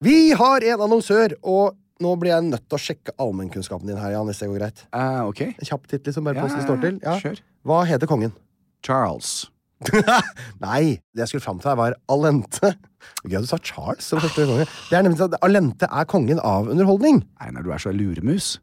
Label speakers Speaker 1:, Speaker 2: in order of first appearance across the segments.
Speaker 1: Vi har en annonsør, og nå blir jeg nødt til å sjekke allmennkunnskapen din her, Jan, hvis det går greit.
Speaker 2: Eh, ok.
Speaker 1: En kjapp titt, liksom, bare
Speaker 2: Ja,
Speaker 1: på hvordan det står til. Ja.
Speaker 2: kjør.
Speaker 1: Hva heter kongen?
Speaker 2: Charles.
Speaker 1: Nei, det jeg skulle fram til her, var Alente. Gøy at du sa Charles som første konge. Det er nemlig sånn at Alente er kongen av underholdning.
Speaker 2: Einar, du er så luremus.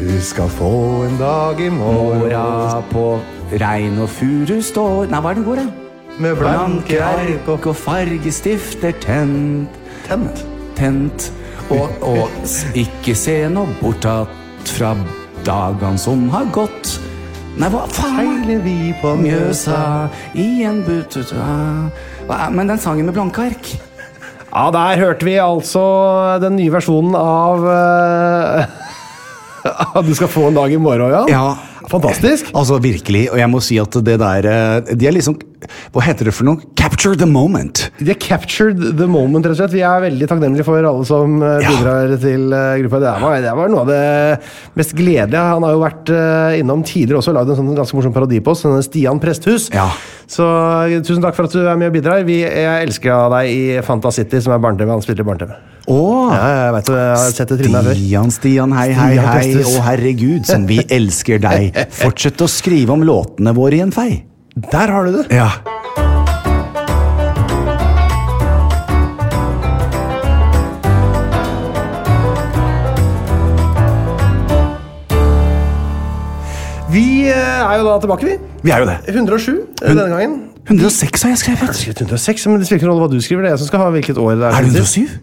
Speaker 1: Du skal få en dag i
Speaker 2: Åra på regn og furu står Nei, hva er den går, da?
Speaker 1: med
Speaker 2: Blanke ark og fargestifter tent. Tent. Tent. Og, og s- ikke se noe bortatt fra dagan som har gått. Nei, hva faen? Seiler vi på Mjøsa i en bututa Hva er- Men den sangen med blanke ark
Speaker 1: Ja, der hørte vi altså den nye versjonen av eh, Du skal få en dag i morgen, ja.
Speaker 2: Ja.
Speaker 1: Fantastisk.
Speaker 2: Altså, virkelig. Og jeg må si at det der eh, De er liksom Hva heter det for noe? Capture the moment.
Speaker 1: De har captured the moment, rett og slett. Vi er veldig takknemlige for alle som eh,
Speaker 2: Ja.
Speaker 1: bidrar til eh, gruppa. Det var, det var noe av det mest gledelige. Han har jo vært eh, innom tidligere også og lagd en sånn ganske morsom parodi på oss, denne Stian Presthus.
Speaker 2: Ja.
Speaker 1: Så eh, tusen takk for at du er med og bidrar. Vi, jeg elsker av deg i Fanta City, som er barne-TV. Han spiller barne-TV.
Speaker 2: Åh.
Speaker 1: Ja, jeg vet, det, jeg har sett det trynet her før.
Speaker 2: Stian, Stian, hei, hei,
Speaker 1: Stian
Speaker 2: hei.
Speaker 1: Presthus.
Speaker 2: Å, herregud, som vi elsker deg. Fortsett å skrive om låtene våre i en fei.
Speaker 1: Der har du det!
Speaker 2: Ja.
Speaker 1: Vi eh, er jo da tilbake, vi.
Speaker 2: Vi er jo det.
Speaker 1: 107 eh, denne gangen.
Speaker 2: 106 har jeg skrevet.
Speaker 1: Skrevet 106, men det spiller ikke noen rolle hva du skriver. Det er jeg som skal ha hvilket år det er.
Speaker 2: Er det
Speaker 1: til.
Speaker 2: 107?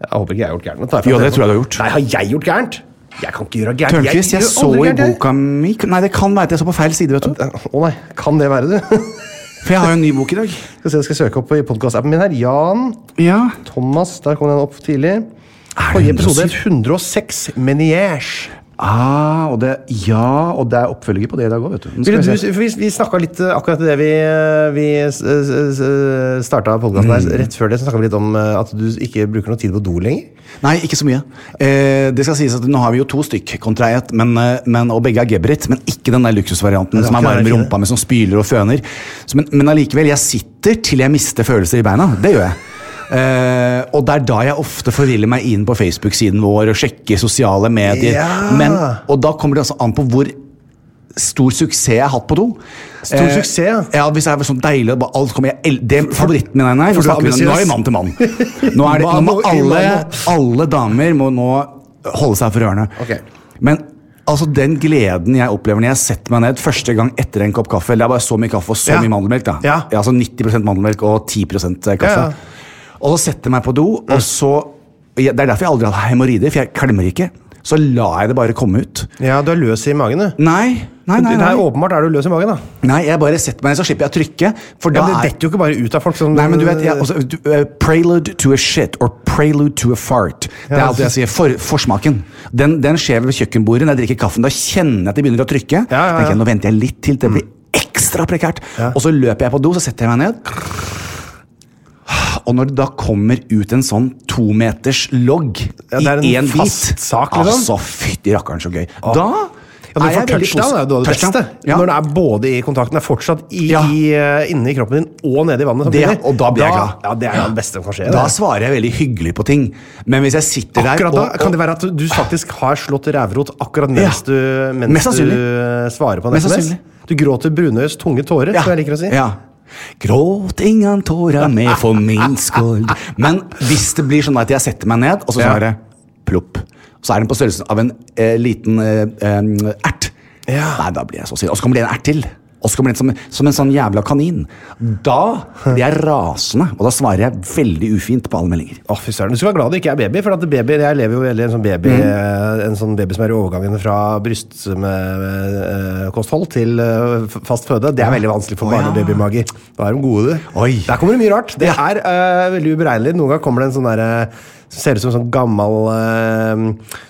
Speaker 1: Jeg håper ikke jeg har gjort gærent. Nå tar jeg
Speaker 2: Jo,
Speaker 1: fram
Speaker 2: det tror jeg du
Speaker 1: telefonen.
Speaker 2: har gjort.
Speaker 1: Nei, har jeg gjort gærent? Jeg kan ikke gjøre gærent.
Speaker 2: Tørnquist, jeg
Speaker 1: gjør
Speaker 2: så
Speaker 1: aldri
Speaker 2: i
Speaker 1: gærent, jeg.
Speaker 2: boka mi Nei, det kan være at jeg så på feil side, vet du.
Speaker 1: Å nei, kan det være det?
Speaker 2: For jeg har jo en ny bok i dag.
Speaker 1: skal se, jeg skal søke opp i podkastappen min her. Jan
Speaker 2: Ja.
Speaker 1: Thomas, der kom den opp tidlig.
Speaker 2: Er det
Speaker 1: Forrige episode
Speaker 2: 107?
Speaker 1: het 106 Meniage.
Speaker 2: Ah, og det, ja, og det er oppfølger på det i dag òg, vet du. Nå skal
Speaker 1: Ville
Speaker 2: vi
Speaker 1: du,
Speaker 2: se.
Speaker 1: for vi vi snakka litt eh, akkurat det vi, eh, vi starta podkasten her.
Speaker 2: Mm.
Speaker 1: Rett før det så snakka vi litt om eh, at du ikke bruker noe tid på do lenger.
Speaker 2: Nei, ikke så mye. Eh, det skal sies at Nå har vi jo to stykk kontra ett, men, eh, men, og begge er gebrit. Men ikke den der luksusvarianten
Speaker 1: det
Speaker 2: som er
Speaker 1: ikke
Speaker 2: varm i
Speaker 1: den fine.
Speaker 2: rumpa, men som spyler og føner. Så, men, men allikevel, jeg sitter til jeg mister følelser i beina. Det gjør jeg. Eh, og det er da jeg ofte forviller meg inn på Facebook-siden vår og sjekker sosiale medier.
Speaker 1: Ja.
Speaker 2: Men, og da kommer det altså an på hvor stor suksess jeg har hatt på do. Eh,
Speaker 1: Stor suksess, ja.
Speaker 2: ja. Hvis det er sånn deilig og bare alt kommer jeg, el- Det er favoritten min. Nei, nei,
Speaker 1: For du
Speaker 2: nå,
Speaker 1: er
Speaker 2: snakker vi, nå er vi
Speaker 1: ambisiøs.
Speaker 2: mann til mann. Nå er det, nå
Speaker 1: Mann
Speaker 2: må
Speaker 1: og
Speaker 2: alle,
Speaker 1: mann.
Speaker 2: alle damer må nå holde seg for ørene.
Speaker 3: Ok.
Speaker 2: Men altså den gleden jeg opplever når jeg setter meg ned første gang etter en kopp kaffe eller Det er bare så mye kaffe og så
Speaker 1: Ja.
Speaker 2: mye mandelmelk. da
Speaker 1: Ja.
Speaker 2: Altså 90 mandelmelk og 10 kaffe.
Speaker 1: Ja, Mm. ja.
Speaker 2: Og så setter jeg meg på do, og så jeg, Det er derfor jeg aldri har hatt hemoroider, for jeg klemmer ikke. Så lar jeg det bare komme ut.
Speaker 1: Ja, du er løs i magen, du.
Speaker 2: Nei, nei, nei,
Speaker 1: Det
Speaker 2: nei.
Speaker 1: er åpenbart er du løs i magen, da.
Speaker 2: nei jeg bare setter meg ned, så slipper jeg å trykke. For
Speaker 1: Ja,
Speaker 2: da
Speaker 1: men det
Speaker 2: er
Speaker 1: detter jo ikke bare ut av folk. Som,
Speaker 2: Nei, men du vet, jeg, altså, du, eh, Prelude to a shit or prelude to a fart. Det er
Speaker 1: Ja.
Speaker 2: alltid jeg sier. For, forsmaken. Den, den skjer ved kjøkkenbordet når jeg drikker kaffen. Da kjenner jeg at de begynner å trykke.
Speaker 1: Ja, Mm. ja, ja.
Speaker 2: Tenker jeg, nå venter jeg litt til, det blir ekstra prekært. Og så løper jeg på do, så setter jeg meg ned. Og når det da kommer ut en sånn tometers logg
Speaker 1: Ja, det er en
Speaker 2: i én bit
Speaker 1: fast sak, liksom.
Speaker 2: Altså, fytti rakkeren, så gøy. Da
Speaker 1: ja, men
Speaker 2: er
Speaker 1: for
Speaker 2: jeg veldig
Speaker 1: touchdown er jo
Speaker 2: posi-
Speaker 1: noe av det
Speaker 2: Touchdown,
Speaker 1: beste.
Speaker 2: Ja.
Speaker 1: Når den er både i kontakten, er fortsatt i,
Speaker 2: Ja.
Speaker 1: i, eh, inne i kroppen din og nede i vannet.
Speaker 2: Det-
Speaker 1: samtidig.
Speaker 2: og da blir jeg glad.
Speaker 1: Ja, Det er jo det beste som kan skje.
Speaker 2: Da
Speaker 1: det.
Speaker 2: svarer jeg veldig hyggelig på ting. Men hvis jeg sitter der
Speaker 1: Akkurat da
Speaker 2: og-
Speaker 1: kan det være at du faktisk har slått rævrot akkurat mens
Speaker 2: Ja.
Speaker 1: du,
Speaker 2: Mest
Speaker 1: mens du eh,
Speaker 2: sannsynlig.
Speaker 1: svarer på en
Speaker 2: Mest
Speaker 1: SMS.
Speaker 2: sannsynlig.
Speaker 1: Du gråter brunøys tunge tårer, som jeg liker å si.
Speaker 2: Ja. Gråt ingen tårer med for min skyld. Men hvis det blir sånn at jeg setter meg ned, og så
Speaker 1: Ja.
Speaker 2: svarer jeg plopp, så er den på størrelsen av en eh, liten eh, eh, ert.
Speaker 1: Ja.
Speaker 2: Nei, da blir jeg så sur. Og så kommer det en ert til. Og så kommer det en som, som en sånn jævla kanin. Da blir jeg rasende, og da svarer jeg veldig ufint på alle meldinger.
Speaker 1: Å, fy søren. Du skal være glad du ikke er baby, for at babyer, jeg lever jo veldig en sånn baby En sånn baby som er i overgangen fra brystkosthold eh, til eh, f- fast føde. Det er veldig vanskelig for
Speaker 2: Å, ja.
Speaker 1: barne- og babymager. Da er de gode, du.
Speaker 2: Oi.
Speaker 1: Der kommer det mye rart. Det
Speaker 2: Ja.
Speaker 1: er eh, veldig uberegnelig. Noen ganger kommer det en sånn derre som ser ut som en sånn gammel eh,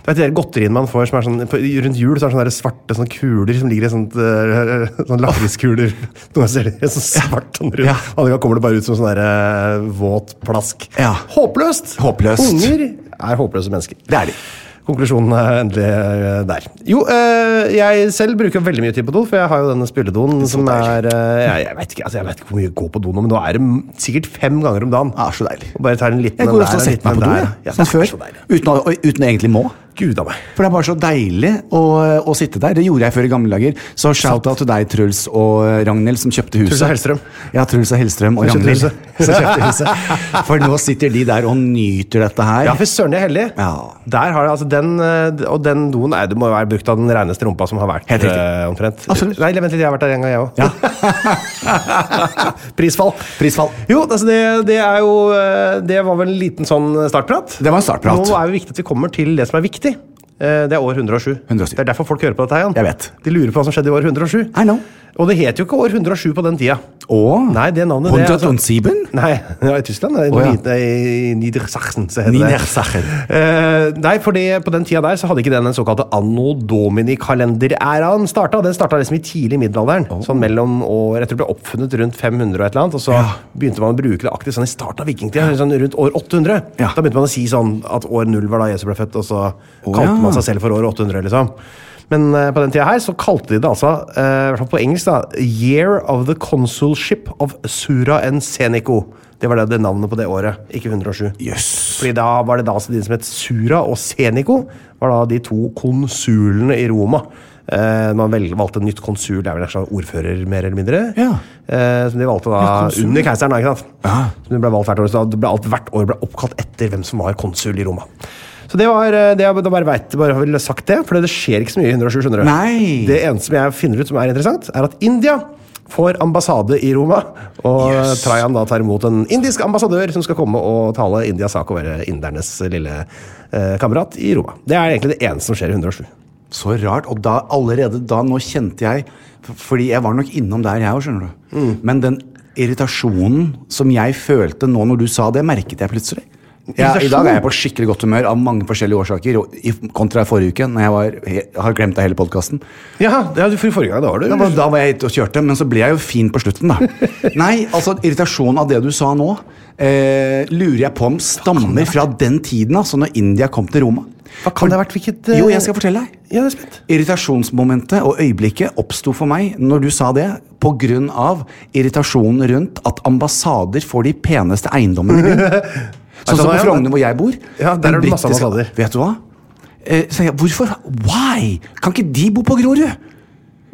Speaker 1: Du vet de der godteriene man får som er sånn, på, rundt jul? Så er det sånne der svarte sånne kuler som ligger i sånt uh, sånn lakriskuler. Noen ganger ser de sånn svart sånn rundt.
Speaker 2: Ja.
Speaker 1: Andre ganger kommer det bare ut som sånn der, eh, våt plask.
Speaker 2: Ja.
Speaker 1: Håpløst!
Speaker 2: Håpløst.
Speaker 1: Unger er håpløse mennesker.
Speaker 2: Det er de.
Speaker 1: Konklusjonen er endelig eh, der. Jo, eh, jeg selv bruker veldig mye tid på do, for jeg har jo denne spyledoen som er eh, jeg, jeg, vet ikke, altså, jeg vet ikke hvor mye jeg går på do nå, men nå er det m- sikkert fem ganger om dagen.
Speaker 2: Ja, så deilig.
Speaker 1: Og bare tar en liten
Speaker 2: Jeg
Speaker 1: en
Speaker 2: går
Speaker 1: der,
Speaker 2: ofte og
Speaker 1: en
Speaker 2: setter meg
Speaker 1: liten
Speaker 2: på do,
Speaker 1: en der.
Speaker 2: jeg.
Speaker 1: Ja,
Speaker 2: Som
Speaker 1: det er
Speaker 2: før.
Speaker 1: så deilig.
Speaker 2: Uten, å- uten å egentlig må.
Speaker 1: Gud a meg.
Speaker 2: For det er bare så deilig å, å sitte der. Det gjorde jeg før i gamle dager. Så shout-out til deg, Truls og Ragnhild, som kjøpte huset.
Speaker 1: Truls og Hellstrøm.
Speaker 2: Ja, Truls og Hellstrøm og
Speaker 1: Som kjøpte
Speaker 2: Ragnhild.
Speaker 1: huset.
Speaker 2: Som kjøpte huset. For nå sitter de der og nyter dette her.
Speaker 1: Ja, for søren, jeg er heldig.
Speaker 2: Ja.
Speaker 1: Der har jeg, altså, den, eh, og den doen er, det må jo være brukt av den reneste rumpa som har vært
Speaker 2: Helt riktig.
Speaker 1: eh, omtrent.
Speaker 2: Absolutt.
Speaker 1: Nei, vent litt, jeg har vært der en gang, jeg òg.
Speaker 2: Ja.
Speaker 1: Prisfall.
Speaker 2: Prisfall.
Speaker 1: Jo, altså det, det er jo eh, Det var vel en liten sånn startprat.
Speaker 2: Det var en startprat.
Speaker 1: Nå er det viktig at vi kommer til det som er viktig. Eh, Det er år 107.
Speaker 2: 107.
Speaker 1: Det er derfor folk hører på dette. her, Jan.
Speaker 2: Jeg vet.
Speaker 1: De lurer på hva som skjedde i år 107.
Speaker 2: I know.
Speaker 1: Og det het jo ikke år 107 på den tida.
Speaker 2: Ah. Og
Speaker 1: Nei, det navnet, det er altså-
Speaker 2: Sieben?
Speaker 1: Nei, ja, i Tyskland. I,
Speaker 2: Å, ja.
Speaker 1: Nied- i Niedersachsen, så heter
Speaker 2: Niedersachsen.
Speaker 1: det. Eh, nei, fordi på den tida der så hadde ikke den den såkalte anno domini-kalenderæraen starta. Den starta liksom i tidlig middelalderen. Sånn mellom år Jeg tror det ble oppfunnet rundt 500 og et eller annet. Og så begynte man å bruke det aktivt sånn i starten av vikingtida, sånn rundt år 800.
Speaker 2: Ja.
Speaker 1: Da begynte man å si sånn at år null var da Jesu ble født, og så kalte
Speaker 2: ja.
Speaker 1: man seg selv for år 800, liksom. Men eh, på den tida her så kalte de det altså, eh, i hvert fall på engelsk, da Year of the Consulship of Sura and Seneco. Det var det, det navnet på det året, ikke 107.
Speaker 2: Jøss.
Speaker 1: Fordi da var det da altså de som het Sura og Senico, var da de to konsulene i Roma. Eh, man vel, valgte en nytt konsul, det er vel en slags ordfører, mer eller mindre.
Speaker 2: Ja.
Speaker 1: Eh, som de valgte da
Speaker 2: konsul.
Speaker 1: under keiseren, da, ikke sant?
Speaker 2: Ja.
Speaker 1: Som de ble valgt hvert år, så da ble alt hvert år ble oppkalt etter hvem som var konsul i Roma. Så det var, eh, det, er- da bare vet, bare har vi sagt det, for det skjer ikke så mye i 107, skjønner du.
Speaker 2: Nei.
Speaker 1: Det eneste som jeg finner ut som er interessant, er at India får ambassade i Roma, og Trajan
Speaker 2: Yes.
Speaker 1: Trajan da tar imot en indisk ambassadør som skal komme og tale Indias sak og være indernes lille eh, kamerat i Roma. Det er egentlig det eneste som skjer i 107.
Speaker 2: Så rart. Og da, allerede da, nå kjente jeg f- Fordi jeg var nok innom der, jeg òg, skjønner du. Men den irritasjonen som jeg følte nå når du sa det, merket jeg plutselig. Jeg, I dag er jeg på skikkelig godt humør av mange forskjellige årsaker, og i, kontra forrige uke, når jeg var, he- har glemt av hele podkasten.
Speaker 1: Ja, det er, for forrige gang da var
Speaker 2: Da,
Speaker 1: du
Speaker 2: var- da var jeg ute og kjørte, men så ble jeg jo fin på slutten, da. Nei, altså, irritasjonen av det du sa nå, eh, lurer jeg på om stammer fra den tiden, altså, når India kom til Roma.
Speaker 1: Hva kan det ha vært? Hvilket, eh,
Speaker 2: Jo, jeg skal fortelle deg.
Speaker 1: Ja, jeg er spent.
Speaker 2: Irritasjonsmomentet og øyeblikket oppsto for meg når du sa det, pga. irritasjonen rundt at ambassader får de peneste eiendommene i byen. Sånn som
Speaker 1: hva,
Speaker 2: på
Speaker 1: ja,
Speaker 2: Frogner, hvor jeg bor.
Speaker 1: Ja, der
Speaker 2: Den
Speaker 1: er det masse
Speaker 2: britiske-
Speaker 1: ambassader.
Speaker 2: Vet du hva? Eh, så jeg, hvorfor? Why? Kan ikke de bo på Grorud?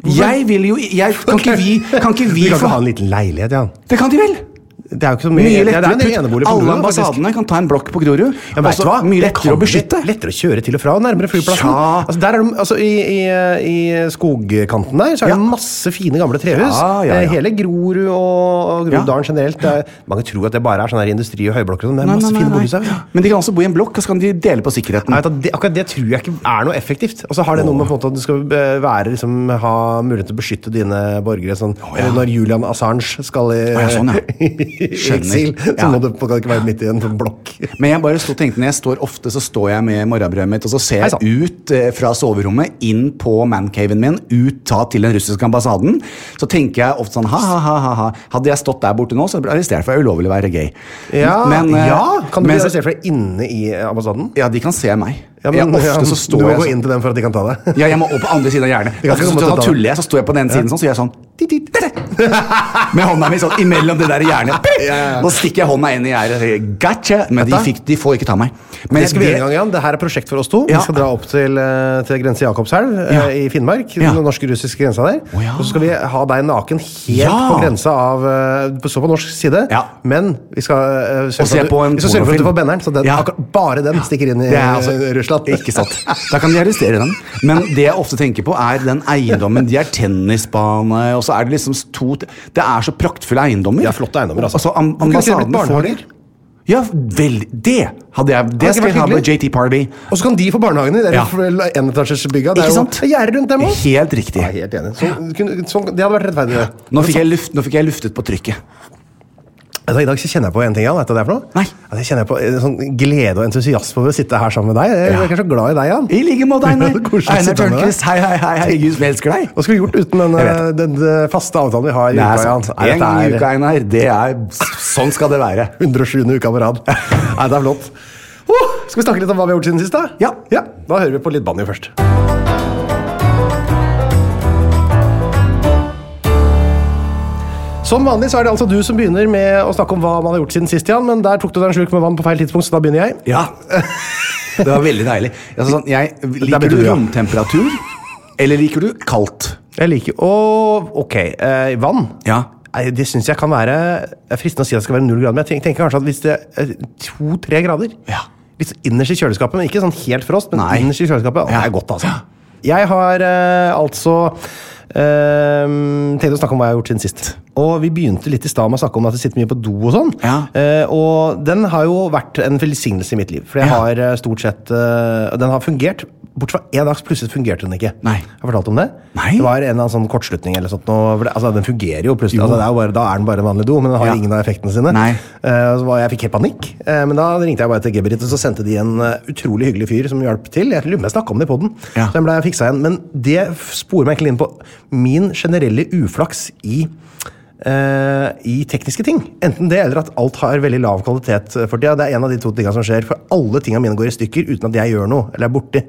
Speaker 2: Jeg vil jo jeg, kan, ikke vi, kan ikke vi
Speaker 1: Du kan
Speaker 2: få
Speaker 1: ikke ha en liten leilighet, Jan.
Speaker 2: Det kan de vel?
Speaker 1: Det er jo ikke så mye,
Speaker 2: Mye
Speaker 1: ja,
Speaker 2: lettere.
Speaker 1: det er en enebolig på
Speaker 2: Putt alle
Speaker 1: Grorud, faktisk.
Speaker 2: ambassadene kan ta en blokk på Grorud.
Speaker 1: Ja, men vet
Speaker 2: Også
Speaker 1: du hva?
Speaker 2: Altså, mye
Speaker 1: Det
Speaker 2: lettere
Speaker 1: kan
Speaker 2: å beskytte.
Speaker 1: bli Lettere å kjøre til og fra nærmere flyplassen.
Speaker 2: Ja.
Speaker 1: Altså, der er det, altså, i, i, I skogkanten der så er det
Speaker 2: Ja.
Speaker 1: masse fine gamle trehus.
Speaker 2: Ja, ja, ja.
Speaker 1: Eh, Hele Grorud og og Groruddalen generelt. Det er, mange tror at det bare er sånn her industri og høyblokker, og sånn, men det
Speaker 2: Nei,
Speaker 1: er masse
Speaker 2: nei, nei,
Speaker 1: fine
Speaker 2: nei.
Speaker 1: bolighus her.
Speaker 2: Men de kan også bo i en blokk, og så kan de dele på sikkerheten.
Speaker 1: Jeg vet at det, akkurat det tror jeg ikke er noe effektivt. Altså Har det noe med på en måte at du skal eh, være, liksom, ha mulighet til å beskytte dine borgere? Sånn,
Speaker 2: ja.
Speaker 1: eller Når Julian Assange skal i,
Speaker 2: Å, ja, sånn, ja.
Speaker 1: i
Speaker 2: Skjønner.
Speaker 1: eksil, så
Speaker 2: Ja.
Speaker 1: må du på- kan du ikke være midt i en sånn blokk.
Speaker 2: Men jeg bare stod, og tenkte, når jeg står ofte, så står jeg med morgenbrødet mitt, og så ser
Speaker 1: Hei
Speaker 2: jeg
Speaker 1: sann.
Speaker 2: ut eh, fra soverommet, inn på mancaven min, ut ta til den russiske ambassaden. Så tenker jeg ofte sånn ha-ha-ha. Hadde jeg stått der borte nå, så hadde jeg blitt arrestert for det er ulovlig å være gay.
Speaker 1: Ja,
Speaker 2: Men, eh,
Speaker 1: ja. Kan du bli
Speaker 2: men så-
Speaker 1: arrestert for det inne i ambassaden?
Speaker 2: Ja, de kan se meg.
Speaker 1: Ja, men,
Speaker 2: jeg,
Speaker 1: ja,
Speaker 2: ofte så står
Speaker 1: du må
Speaker 2: jeg
Speaker 1: gå
Speaker 2: så-
Speaker 1: inn til dem for at de kan ta deg.
Speaker 2: Ja, jeg må opp på andre siden av hjernen.
Speaker 1: kan
Speaker 2: Ofte
Speaker 1: ikke
Speaker 2: så,
Speaker 1: komme
Speaker 2: da
Speaker 1: til å ta
Speaker 2: tuller jeg, så står jeg på den ene siden sånn, så gjør jeg sånn dit, dit, dit, dit. Med hånda mi sånn imellom det der hjernet. Nå stikker jeg hånda inn i gjerdet og sier gotcha! Men de,
Speaker 1: Dette?
Speaker 2: fikk, de får ikke ta meg. Men
Speaker 1: Det skal vi
Speaker 2: det-
Speaker 1: gjøre en gang, Jan. Det her er prosjekt for oss to.
Speaker 2: Ja.
Speaker 1: Vi skal dra opp til, eh, til grense Jakobselv eh,
Speaker 2: Ja.
Speaker 1: i Finnmark.
Speaker 2: Ja.
Speaker 1: Den norsk-russiske grensa der.
Speaker 2: Å, ja.
Speaker 1: Og så skal vi ha deg naken helt
Speaker 2: Ja.
Speaker 1: på grensa av eh, på- Så på norsk side.
Speaker 2: Ja.
Speaker 1: Men vi skal eh, sørge
Speaker 2: se
Speaker 1: for at
Speaker 2: på en
Speaker 1: du- vi skal sørge for at du
Speaker 2: pornofilm.
Speaker 1: får benneren. Så den,
Speaker 2: Ja.
Speaker 1: akkurat, bare den stikker inn i
Speaker 2: Det er altså-
Speaker 1: eh, Russland.
Speaker 2: Ikke sant. Da kan de arrestere den. Men det jeg ofte tenker på, er den eiendommen. De er tennisbane, og så er det liksom to Det er så praktfulle eiendommer.
Speaker 1: Det er flotte eiendommer, altså.
Speaker 2: Altså, am
Speaker 1: Kunne ikke det blitt
Speaker 2: ambassaden får
Speaker 1: barnehager?
Speaker 2: Ja, vel, det hadde jeg
Speaker 1: ikke
Speaker 2: Det skal
Speaker 1: vært
Speaker 2: jeg ha på
Speaker 1: hyggelig?
Speaker 2: JT-party.
Speaker 1: Og så kan de få barnehagene. Det er
Speaker 2: Ja.
Speaker 1: ja. enetasjersbygga. Det
Speaker 2: Ikke
Speaker 1: er jo
Speaker 2: sant?
Speaker 1: det er gjerder rundt dem òg.
Speaker 2: Helt riktig.
Speaker 1: Jeg er helt enig. Så, kunne- sånn- det hadde vært rettferdig. det.
Speaker 2: Nå fikk, jeg luft, nå fikk jeg luftet på trykket.
Speaker 1: Altså, I dag så kjenner jeg på en ting, Jan. Vet du hva det er for noe?
Speaker 2: Nei.
Speaker 1: Altså, jeg kjenner på en sånn glede og entusiasme over å sitte her sammen med deg. Jeg,
Speaker 2: Ja.
Speaker 1: jeg er så glad i deg, Jan.
Speaker 2: I like måte, Einar.
Speaker 1: Koselig å
Speaker 2: Einar
Speaker 1: sitte her med deg.
Speaker 2: Tørnquist, hei, hei, hei. hei. Gud, vi elsker deg.
Speaker 1: Hva skulle vi gjort uten den,
Speaker 2: Jeg vet
Speaker 1: den, eh, faste avtalen vi har i
Speaker 2: altså, Det
Speaker 1: uka,
Speaker 2: er
Speaker 1: Jan?
Speaker 2: sant.
Speaker 1: Nei,
Speaker 2: En
Speaker 1: dette
Speaker 2: uke, Einar. Det er Sånn skal det være.
Speaker 1: er 107. uka på rad. Nei, det er flott. Oh, skal vi snakke litt om hva vi har gjort siden sist, da?
Speaker 2: Ja.
Speaker 1: ja. Da hører vi på litt banjo først. Som vanlig så er det altså du som begynner med å snakke om hva man har gjort siden sist, Jan. Men der tok du deg en slurk med vann på feil tidspunkt, så da begynner jeg.
Speaker 2: Ja. Det var veldig deilig. Altså, sånn, jeg,
Speaker 1: blir
Speaker 2: liker du
Speaker 1: du, ja.
Speaker 2: romtemperatur, eller liker du kaldt?
Speaker 1: Jeg liker Å, ok. eh, vann.
Speaker 2: Ja.
Speaker 1: Nei, Det syns jeg kan være Det er fristende å si at det skal være null grader, men jeg tenk- tenker kanskje at hvis det er to-tre grader
Speaker 2: Ja.
Speaker 1: Litt så innerst i kjøleskapet, men ikke sånn helt frost, men
Speaker 2: Nei.
Speaker 1: innerst i kjøleskapet. Å,
Speaker 2: Ja.
Speaker 1: Det er godt, altså. Jeg har eh, altså eh, tenkt å snakke om hva jeg har gjort siden sist. Og Vi begynte litt i stad med å snakke om at jeg sitter mye på do. og sånn.
Speaker 2: Ja.
Speaker 1: Eh, og den har jo vært en velsignelse i mitt liv. For jeg
Speaker 2: Ja.
Speaker 1: har eh, stort sett eh, Den har fungert, bortsett fra én dag, så plutselig fungerte den ikke.
Speaker 2: Nei.
Speaker 1: Har jeg fortalt om det?
Speaker 2: Nei.
Speaker 1: Det var var en eller annen sånn kortslutning eller sånt. nå, for det- altså, den fungerer jo plutselig. Altså, det er jo bare, da er den bare en vanlig do, men den har
Speaker 2: Ja.
Speaker 1: ingen av effektene sine.
Speaker 2: Nei.
Speaker 1: Eh, og så var, jeg fikk helt panikk, eh, men da ringte jeg bare til Geberit, og så sendte de en eh, utrolig hyggelig fyr som hjalp til. Jeg lurer på om jeg snakket om det i podden.
Speaker 2: Ja.
Speaker 1: Så den ble fiksa igjen. Men det f- sporer meg egentlig inn på min generelle uflaks i eh, i tekniske ting. Enten det, eller at alt har veldig lav kvalitet eh, for tida. Det er en av de to tinga som skjer, for alle tinga mine går i stykker uten at jeg gjør noe, eller er borti.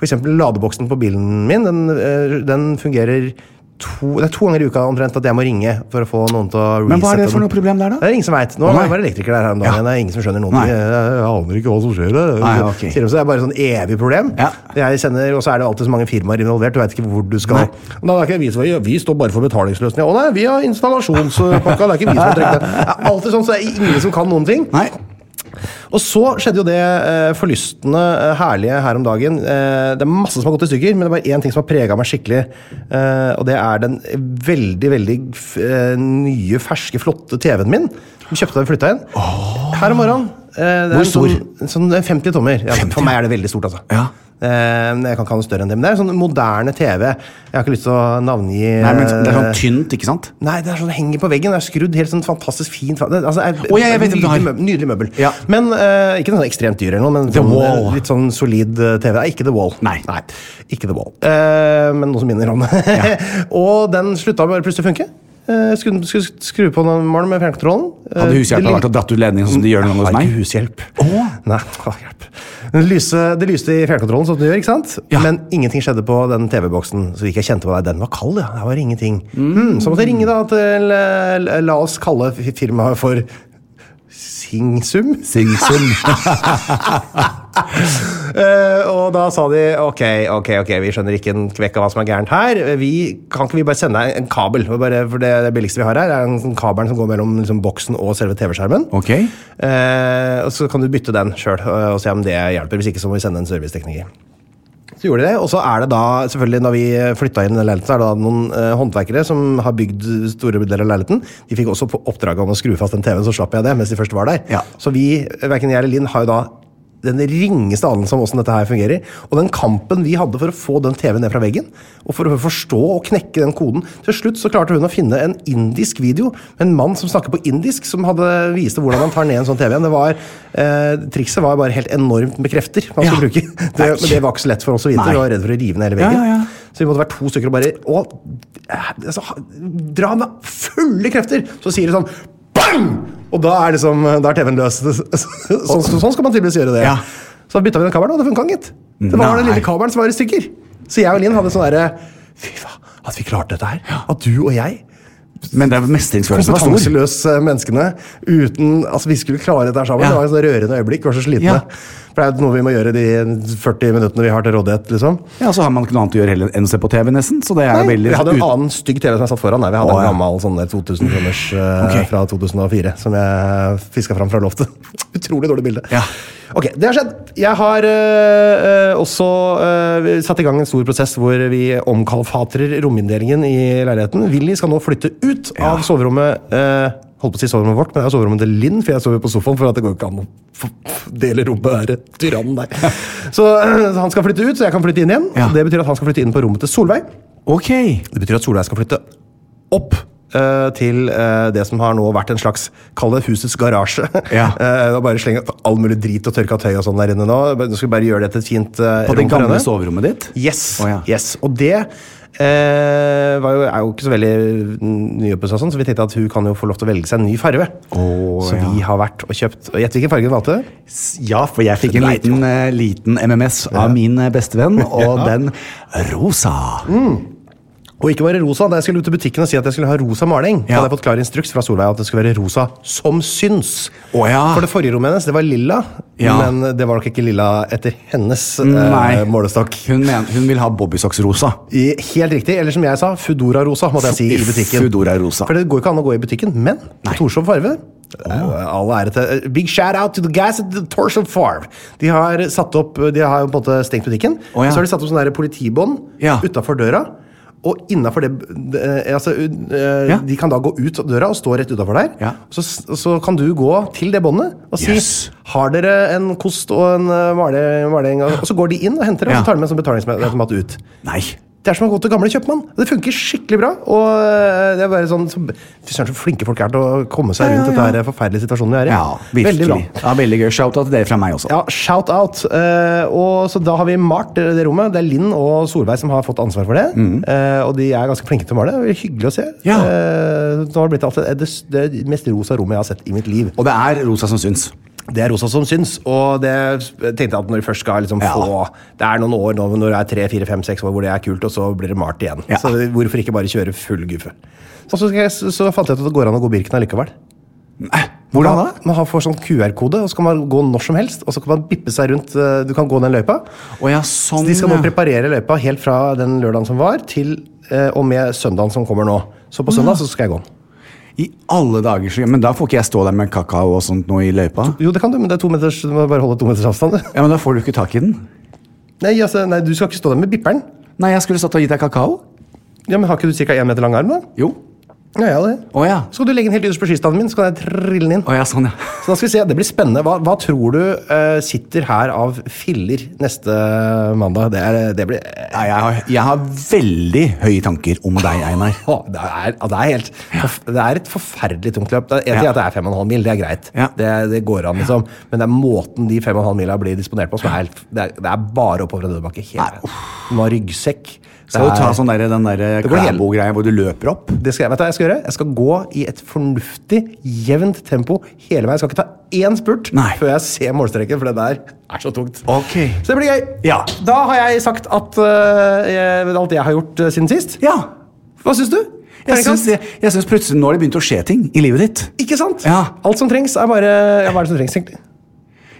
Speaker 1: For eksempel ladeboksen på bilen min, den, eh, den fungerer to, det er to ganger i uka omtrent at jeg må ringe for å få noen til å resette
Speaker 2: Men hva er det
Speaker 1: den.
Speaker 2: for
Speaker 1: Eh,
Speaker 2: noe problem der, da?
Speaker 1: Det er ingen som veit. Nå
Speaker 2: Å, nei.
Speaker 1: var det elektriker der her om
Speaker 2: Ja.
Speaker 1: dagen. Det er ingen som skjønner noen
Speaker 2: Nei.
Speaker 1: ting. Jeg, jeg, jeg aner ikke hva som skjer der.
Speaker 2: Nei,
Speaker 1: Så-
Speaker 2: ok.
Speaker 1: sier de, så Det er bare sånn evig problem.
Speaker 2: Ja.
Speaker 1: Jeg sender, og så er det alltid så mange firmaer involvert. Du veit ikke hvor du skal.
Speaker 2: Nei.
Speaker 1: Men da er ikke vi som ja, Vi står bare for betalingsløsninger. Å nei, vi har installasjonspakka. Det er ikke vi som har trukket det. Det er Alltid sånn, så det er ingen som kan noen ting.
Speaker 2: Nei.
Speaker 1: Og så skjedde jo det eh, forlystende eh, herlige her om dagen. Eh, det er masse som har gått i stykker, men det er bare én ting som har prega meg skikkelig. Eh, og det er den veldig, veldig f eh, nye, ferske, flotte TV-en min. Som jeg kjøpte da vi flytta inn. Her om morgenen. Eh, det er
Speaker 2: Hvor
Speaker 1: en
Speaker 2: stor?
Speaker 1: Sånn, sånn 50 tommer. Ja, For meg er det veldig stort, altså.
Speaker 2: Ja.
Speaker 1: Eh, men jeg kan ikke ha noe større enn det. Men det er en sånn moderne TV. Jeg har ikke lyst til å navngi
Speaker 2: Nei, men Det er
Speaker 1: eh,
Speaker 2: sånn tynt, ikke sant?
Speaker 1: Nei, det er sånn det henger på veggen. Det er skrudd helt sånn fantastisk fint. Det, altså, er,
Speaker 2: Å, ja, jeg vet hvem du
Speaker 1: nydelig,
Speaker 2: har.
Speaker 1: møbel, nydelig møbel.
Speaker 2: Ja.
Speaker 1: Men eh, ikke noe sånn ekstremt dyr eller noe, men
Speaker 2: The
Speaker 1: sånn,
Speaker 2: Wall.
Speaker 1: eh, litt sånn solid eh, TV. Nei, ikke The Wall.
Speaker 2: Nei.
Speaker 1: ikke The Wall. Eh, men noe som minner om det. og den slutta bare plutselig å funke. Eh, skulle, skulle skru på den morgenen med fjernkontrollen. Eh,
Speaker 2: Hadde
Speaker 1: det
Speaker 2: hushjelpa
Speaker 1: lille-
Speaker 2: vært og dratt ut ledningen sånn som de gjør noen ganger hos
Speaker 1: har
Speaker 2: meg?
Speaker 1: ikke hushjelp.
Speaker 2: Å.
Speaker 1: Nei, å, hjelp. Det lyste, det lyste i fjernkontrollen, sånn som det gjør, ikke sant?
Speaker 2: Ja.
Speaker 1: Men ingenting skjedde på den TV-boksen. Så gikk jeg og kjente på deg. Den var kald, ja. Der var det ingenting. Hmm, så måtte jeg ringe da til eh, La la oss kalle fi- firmaet for Singsum.
Speaker 2: Singsum.
Speaker 1: Eh, og da sa de ok, ok, ok, vi skjønner ikke en kvekk av hva som er gærent her. Vi, kan ikke vi bare sende deg en kabel? Og Bare, for det, det billigste vi har her, er en sånn kabelen som går mellom liksom, boksen og selve TV-skjermen.
Speaker 2: Ok.
Speaker 1: Eh, og så kan du bytte den sjøl og se om det hjelper. Hvis ikke så må vi sende en servicetekniker. Så gjorde de det, og så er det da, selvfølgelig når vi flytta inn i den leiligheten, så er det da noen eh, håndverkere som har bygd store deler av leiligheten. De fikk også på oppdraget om å skru fast den TV-en, så slapp jeg det mens de først var der.
Speaker 2: Ja.
Speaker 1: Så vi, verken jeg eller Linn, har jo da den ringeste anelse om åssen dette her fungerer. Og den kampen vi hadde for å få den TV-en ned fra veggen, og for å forstå og knekke den koden Til slutt så klarte hun å finne en indisk video med en mann som snakker på indisk, som hadde viste hvordan man tar ned en sånn TV. Det var, eh, trikset var bare helt enormt med krefter man skulle
Speaker 2: Ja.
Speaker 1: bruke. Det, men det var ikke så lett for oss å vite.
Speaker 2: Nei.
Speaker 1: Vi var redde for å rive ned hele
Speaker 2: Ja,
Speaker 1: veggen.
Speaker 2: ja, ja.
Speaker 1: Så vi måtte være to stykker og bare å, eh, altså, ha- Dra med fulle krefter! Så sier det sånn bang! Og da er, liksom, da er TV-en løs. Sånn, sånn skal man tydeligvis gjøre det.
Speaker 2: Ja.
Speaker 1: Så bytta vi den kabelen, og det funka, gitt. Det var den
Speaker 2: Nei.
Speaker 1: lille kabelen som var i stykker. Så jeg og Linn hadde sånn derre Fy faen, at vi klarte dette her. At du og jeg,
Speaker 2: Men det er mestringsfølelsen var stor.
Speaker 1: kompetanseløse eh, menneskene, uten Altså, vi skulle klare dette her sammen.
Speaker 2: Ja.
Speaker 1: Det var et sånn rørende øyeblikk. Vi var så slitne.
Speaker 2: Ja.
Speaker 1: For det er jo noe vi må gjøre de 40 minuttene vi har til rådighet, liksom.
Speaker 2: Ja, så har man ikke noe annet å gjøre heller enn å se på TV, nesten. Så det er jo
Speaker 1: Nei,
Speaker 2: veldig
Speaker 1: vi hadde en
Speaker 2: ut-
Speaker 1: annen stygg TV som jeg satt foran. Nei, vi hadde
Speaker 2: Å, ja.
Speaker 1: en gammel sånn der 2000 kroners eh,
Speaker 2: Ok.
Speaker 1: fra 2004 som jeg fiska fram fra loftet. Utrolig dårlig bilde.
Speaker 2: Ja.
Speaker 1: Ok, det har skjedd. Jeg har eh, eh, også eh, satt i gang en stor prosess hvor vi omkalfatrer rominndelingen i leiligheten. Willy skal nå flytte ut
Speaker 2: Ja.
Speaker 1: av soverommet. eh, Holdt på å si soverommet vårt, men det er soverommet til Linn, for jeg sover på sofaen. for at det går ikke an å f- dele rommet her, tyrann der. Så eh, han skal flytte ut, så jeg kan flytte inn igjen.
Speaker 2: Ja.
Speaker 1: Det betyr at han skal flytte inn på rommet til Solveig.
Speaker 2: Ok.
Speaker 1: Det betyr at Solveig skal flytte opp eh, til eh, det som har nå vært en slags Kall det husets garasje.
Speaker 2: Ja.
Speaker 1: Eh, og bare slenge all mulig drit og tørka tøy og sånn der inne nå. Du skal vi bare gjøre det til et fint eh,
Speaker 2: På
Speaker 1: rom
Speaker 2: det
Speaker 1: for
Speaker 2: gamle
Speaker 1: henne.
Speaker 2: soverommet ditt?
Speaker 1: Yes.
Speaker 2: Å, ja.
Speaker 1: yes. Og det eh, var jo, er jo ikke så veldig nyoppussa, sånn, så vi tenkte at hun kan jo få lov til å velge seg en ny farge. så
Speaker 2: ja.
Speaker 1: vi har vært og kjøpt og Gjett hvilken farge hun valgte?
Speaker 2: Ja, for jeg fikk en
Speaker 1: Nei,
Speaker 2: liten, eh, liten MMS av min eh, bestevenn, og den rosa.
Speaker 1: Og ikke bare rosa. Da jeg skulle ut til butikken og si at jeg skulle ha rosa maling,
Speaker 2: Ja.
Speaker 1: hadde jeg fått klar instruks fra Solveig at det skulle være rosa som syns.
Speaker 2: Å ja.
Speaker 1: For det forrige rommet hennes, det var lilla,
Speaker 2: Ja.
Speaker 1: men det var nok ikke lilla etter hennes eh,
Speaker 2: Nei.
Speaker 1: målestokk.
Speaker 2: Hun, men, hun vil ha bobbysocks-rosa.
Speaker 1: I, helt riktig, eller som jeg sa, Foodora-rosa, måtte jeg si i butikken.
Speaker 2: Foodora-rosa.
Speaker 1: For det går ikke an å gå i butikken, men
Speaker 2: Nei.
Speaker 1: på Torshov Farve eh, All ære til eh, Big shout out to the guys at the Torshov Farve. De har satt opp eh, De har jo på en måte stengt butikken,
Speaker 2: Å, ja.
Speaker 1: og så har de satt opp sånne der politibånd
Speaker 2: Ja.
Speaker 1: utafor døra. Og innafor det eh, altså, eh,
Speaker 2: Ja.
Speaker 1: De kan da gå ut av døra og stå rett utafor der.
Speaker 2: Ja.
Speaker 1: Og Så, så kan du gå til det båndet og si
Speaker 2: Yes.
Speaker 1: Har dere en kost og en eh, male, maling? Og så går de inn og henter det, og
Speaker 2: Ja.
Speaker 1: så tar de med en sånn betalingsautomat ut.
Speaker 2: Nei.
Speaker 1: Det er som å gå til gamle kjøpmann. Det funker skikkelig bra. Og øh, det er bare sånn så- Fy søren, så flinke folk er til å komme seg rundt dette her forferdelige situasjonen vi er i.
Speaker 2: Ja,
Speaker 1: Veldig
Speaker 2: virkelig.
Speaker 1: bra.
Speaker 2: Ja, veldig gøy. Shout-out til dere fra meg også.
Speaker 1: Ja, shout out. Eh, og så da har vi malt det, det rommet. Det er Linn og Solveig som har fått ansvar for det. Eh, og de er ganske flinke til å male. Det er Hyggelig å se.
Speaker 2: Mm. Ja.
Speaker 1: Eh, nå har det blitt altså det, det mest rosa rommet jeg har sett i mitt liv.
Speaker 2: Og det er rosa som syns.
Speaker 1: Det er rosa som syns, og det tenkte jeg at når du først skal liksom
Speaker 2: Ja.
Speaker 1: få Det er noen år nå når du er tre, fire, fem, seks år hvor det er kult, og så blir det malt igjen.
Speaker 2: Ja.
Speaker 1: Så hvorfor ikke bare kjøre full guffe? Og så, skal jeg, så fant jeg ut at det går an å gå Birken allikevel.
Speaker 2: Hvordan da?
Speaker 1: Man- Man har får sånn QR-kode, og så kan man gå når som helst. Og så kan man bippe seg rundt eh, Du kan gå den løypa.
Speaker 2: Å ja, sånn.
Speaker 1: Så de skal nå
Speaker 2: ja.
Speaker 1: preparere løypa helt fra den lørdagen som var, til eh, og med søndagen som kommer nå. Så på søndag så skal jeg gå den.
Speaker 2: I alle dager, så- men da får ikke jeg stå der med kakao og sånt noe i løypa?
Speaker 1: Jo, det kan du, men det er to meters, du må bare holde to meters avstand. du.
Speaker 2: Ja, men da får du ikke tak i den.
Speaker 1: Nei, altså, nei, du skal ikke stå der med bipperen.
Speaker 2: Nei, jeg skulle satt og gitt deg kakao.
Speaker 1: Ja, men Har ikke du ca. én meter lang arm? da?
Speaker 2: Jo.
Speaker 1: Ja, ja, det.
Speaker 2: Å ja.
Speaker 1: Så skal du legge den helt ytterst på skistaden min, så kan jeg trille den inn.
Speaker 2: Å ja, sånn, ja.
Speaker 1: Så da skal vi se, Det blir spennende. Hva, hva tror du eh, sitter her av filler neste eh, mandag? Det, er, det blir
Speaker 2: Nei, jeg har, jeg har veldig høye tanker om deg, Einar.
Speaker 1: Å, det, er, ja, det, er helt, det er et forferdelig tungt løp. Det er- En ting
Speaker 2: Ja.
Speaker 1: er at det er 5,5 mil, det er greit.
Speaker 2: Ja.
Speaker 1: Det, det går an, liksom. Men det er måten de 5,5 mila blir disponert på, som er helt Det er, det er bare oppover og nedoverbakke. hele veien. Du må ha ryggsekk.
Speaker 2: Skal du
Speaker 1: Det
Speaker 2: ta
Speaker 1: er-
Speaker 2: sånn der, den der
Speaker 1: går helt-
Speaker 2: Klæbo-greia hvor du løper opp?
Speaker 1: Det skal jeg, vet du hva jeg skal gjøre? Jeg skal gå i et fornuftig, jevnt tempo hele veien. Jeg skal ikke ta én spurt
Speaker 2: Nei.
Speaker 1: før jeg ser målstreken, for det der er så tungt.
Speaker 2: Ok.
Speaker 1: Så det blir gøy.
Speaker 2: Ja.
Speaker 1: Da har jeg sagt at øh, jeg, alt jeg har gjort øh, siden sist.
Speaker 2: Ja.
Speaker 1: Hva syns du?
Speaker 2: Jeg
Speaker 1: Terningkast?
Speaker 2: syns, jeg, jeg syns plutselig nå har det begynt å skje ting i livet ditt.
Speaker 1: Ikke sant?
Speaker 2: Ja.
Speaker 1: Alt som trengs, er bare ja, Hva er det som trengs, egentlig?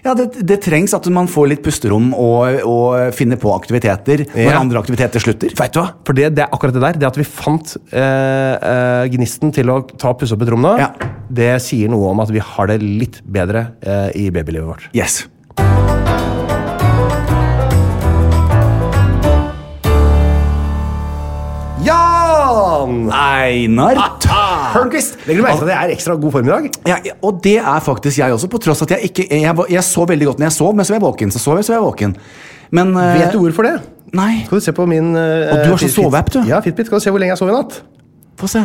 Speaker 2: Ja, det, det trengs at man får litt pusterom og, og finner på aktiviteter når
Speaker 1: Ja.
Speaker 2: andre aktiviteter slutter.
Speaker 1: Vet du hva? For det, det er akkurat det der. Det at vi fant eh, eh, gnisten til å ta og pusse opp et rom nå,
Speaker 2: Ja.
Speaker 1: det sier noe om at vi har det litt bedre eh, i babylivet vårt.
Speaker 2: Yes.
Speaker 1: Jan!
Speaker 2: Einar
Speaker 1: Hørnquist! Ah, Legger du merke til at jeg er i ekstra god form i dag?
Speaker 2: Ja, ja, og det er faktisk jeg også, på tross at jeg ikke Jeg, var- jeg så veldig godt når jeg sov, men så var jeg våken. Så sov jeg, så var jeg våken. Men eh,
Speaker 1: Vet du hvorfor det?
Speaker 2: Nei.
Speaker 1: Skal du se på min eh,
Speaker 2: Og du har sånn
Speaker 1: Fit- Fit-
Speaker 2: soveapp, du.
Speaker 1: Ja, Fitbit. Skal du se hvor lenge jeg sov i natt?
Speaker 2: Få se.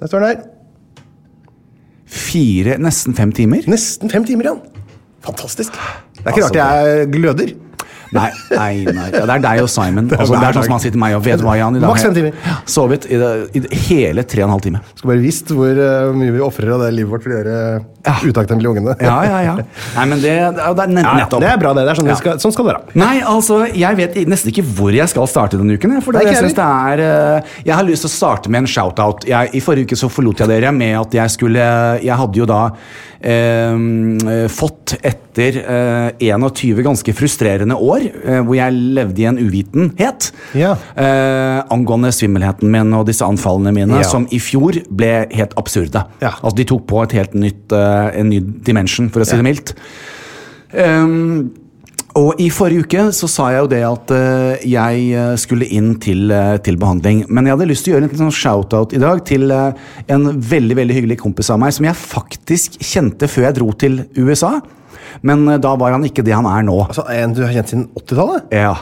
Speaker 1: Der står den der.
Speaker 2: Fire, nesten fem timer.
Speaker 1: Nesten fem timer igjen. Fantastisk. Det er ikke
Speaker 2: Altså,
Speaker 1: rart jeg gløder.
Speaker 2: Nei, Einar. Ja, det er deg og Simon.
Speaker 1: Det er
Speaker 2: Altså, det
Speaker 1: hver
Speaker 2: er sånn
Speaker 1: dag.
Speaker 2: som han sitter med meg og vet hva, Jan. I dag.
Speaker 1: Maks fem timer.
Speaker 2: Ja, Sovet i, det- i det hele tre og en halv time.
Speaker 1: Skulle bare visst hvor eh, mye vi ofrer av det livet vårt for å gjøre
Speaker 2: Ja.
Speaker 1: utakknemlige ungene.
Speaker 2: Ja, ja, ja. Nei, men det, det er- det er nett-
Speaker 1: Ja,
Speaker 2: nettopp.
Speaker 1: Det er bra, det. det er sånn,
Speaker 2: Ja.
Speaker 1: vi skal, sånn skal det være.
Speaker 2: Nei, altså, jeg vet i- nesten ikke hvor jeg skal starte denne uken. jeg, For
Speaker 1: Nei,
Speaker 2: jeg,
Speaker 1: ikke
Speaker 2: synes det er, eh, jeg har lyst til å starte med en shout-out. Jeg, I forrige uke så forlot jeg dere med at jeg skulle Jeg hadde jo da eh, eh, fått etter eh, 21 ganske frustrerende år eh, hvor jeg levde i en uvitenhet
Speaker 1: Ja.
Speaker 2: eh, angående svimmelheten min og disse anfallene mine,
Speaker 1: Ja.
Speaker 2: som i fjor ble helt absurde.
Speaker 1: Ja.
Speaker 2: Altså, de tok på et helt nytt, eh, en ny dimension, for å si det mildt. Ehm, og i forrige uke så sa jeg jo det at eh, jeg eh, skulle inn til, eh, til behandling. Men jeg hadde lyst til å gjøre en liten sånn shout-out i dag til eh, en veldig veldig hyggelig kompis av meg som jeg faktisk kjente før jeg dro til USA. Men eh, da var han ikke det han er nå.
Speaker 1: Altså, En du har kjent siden 80-tallet?
Speaker 2: Ja.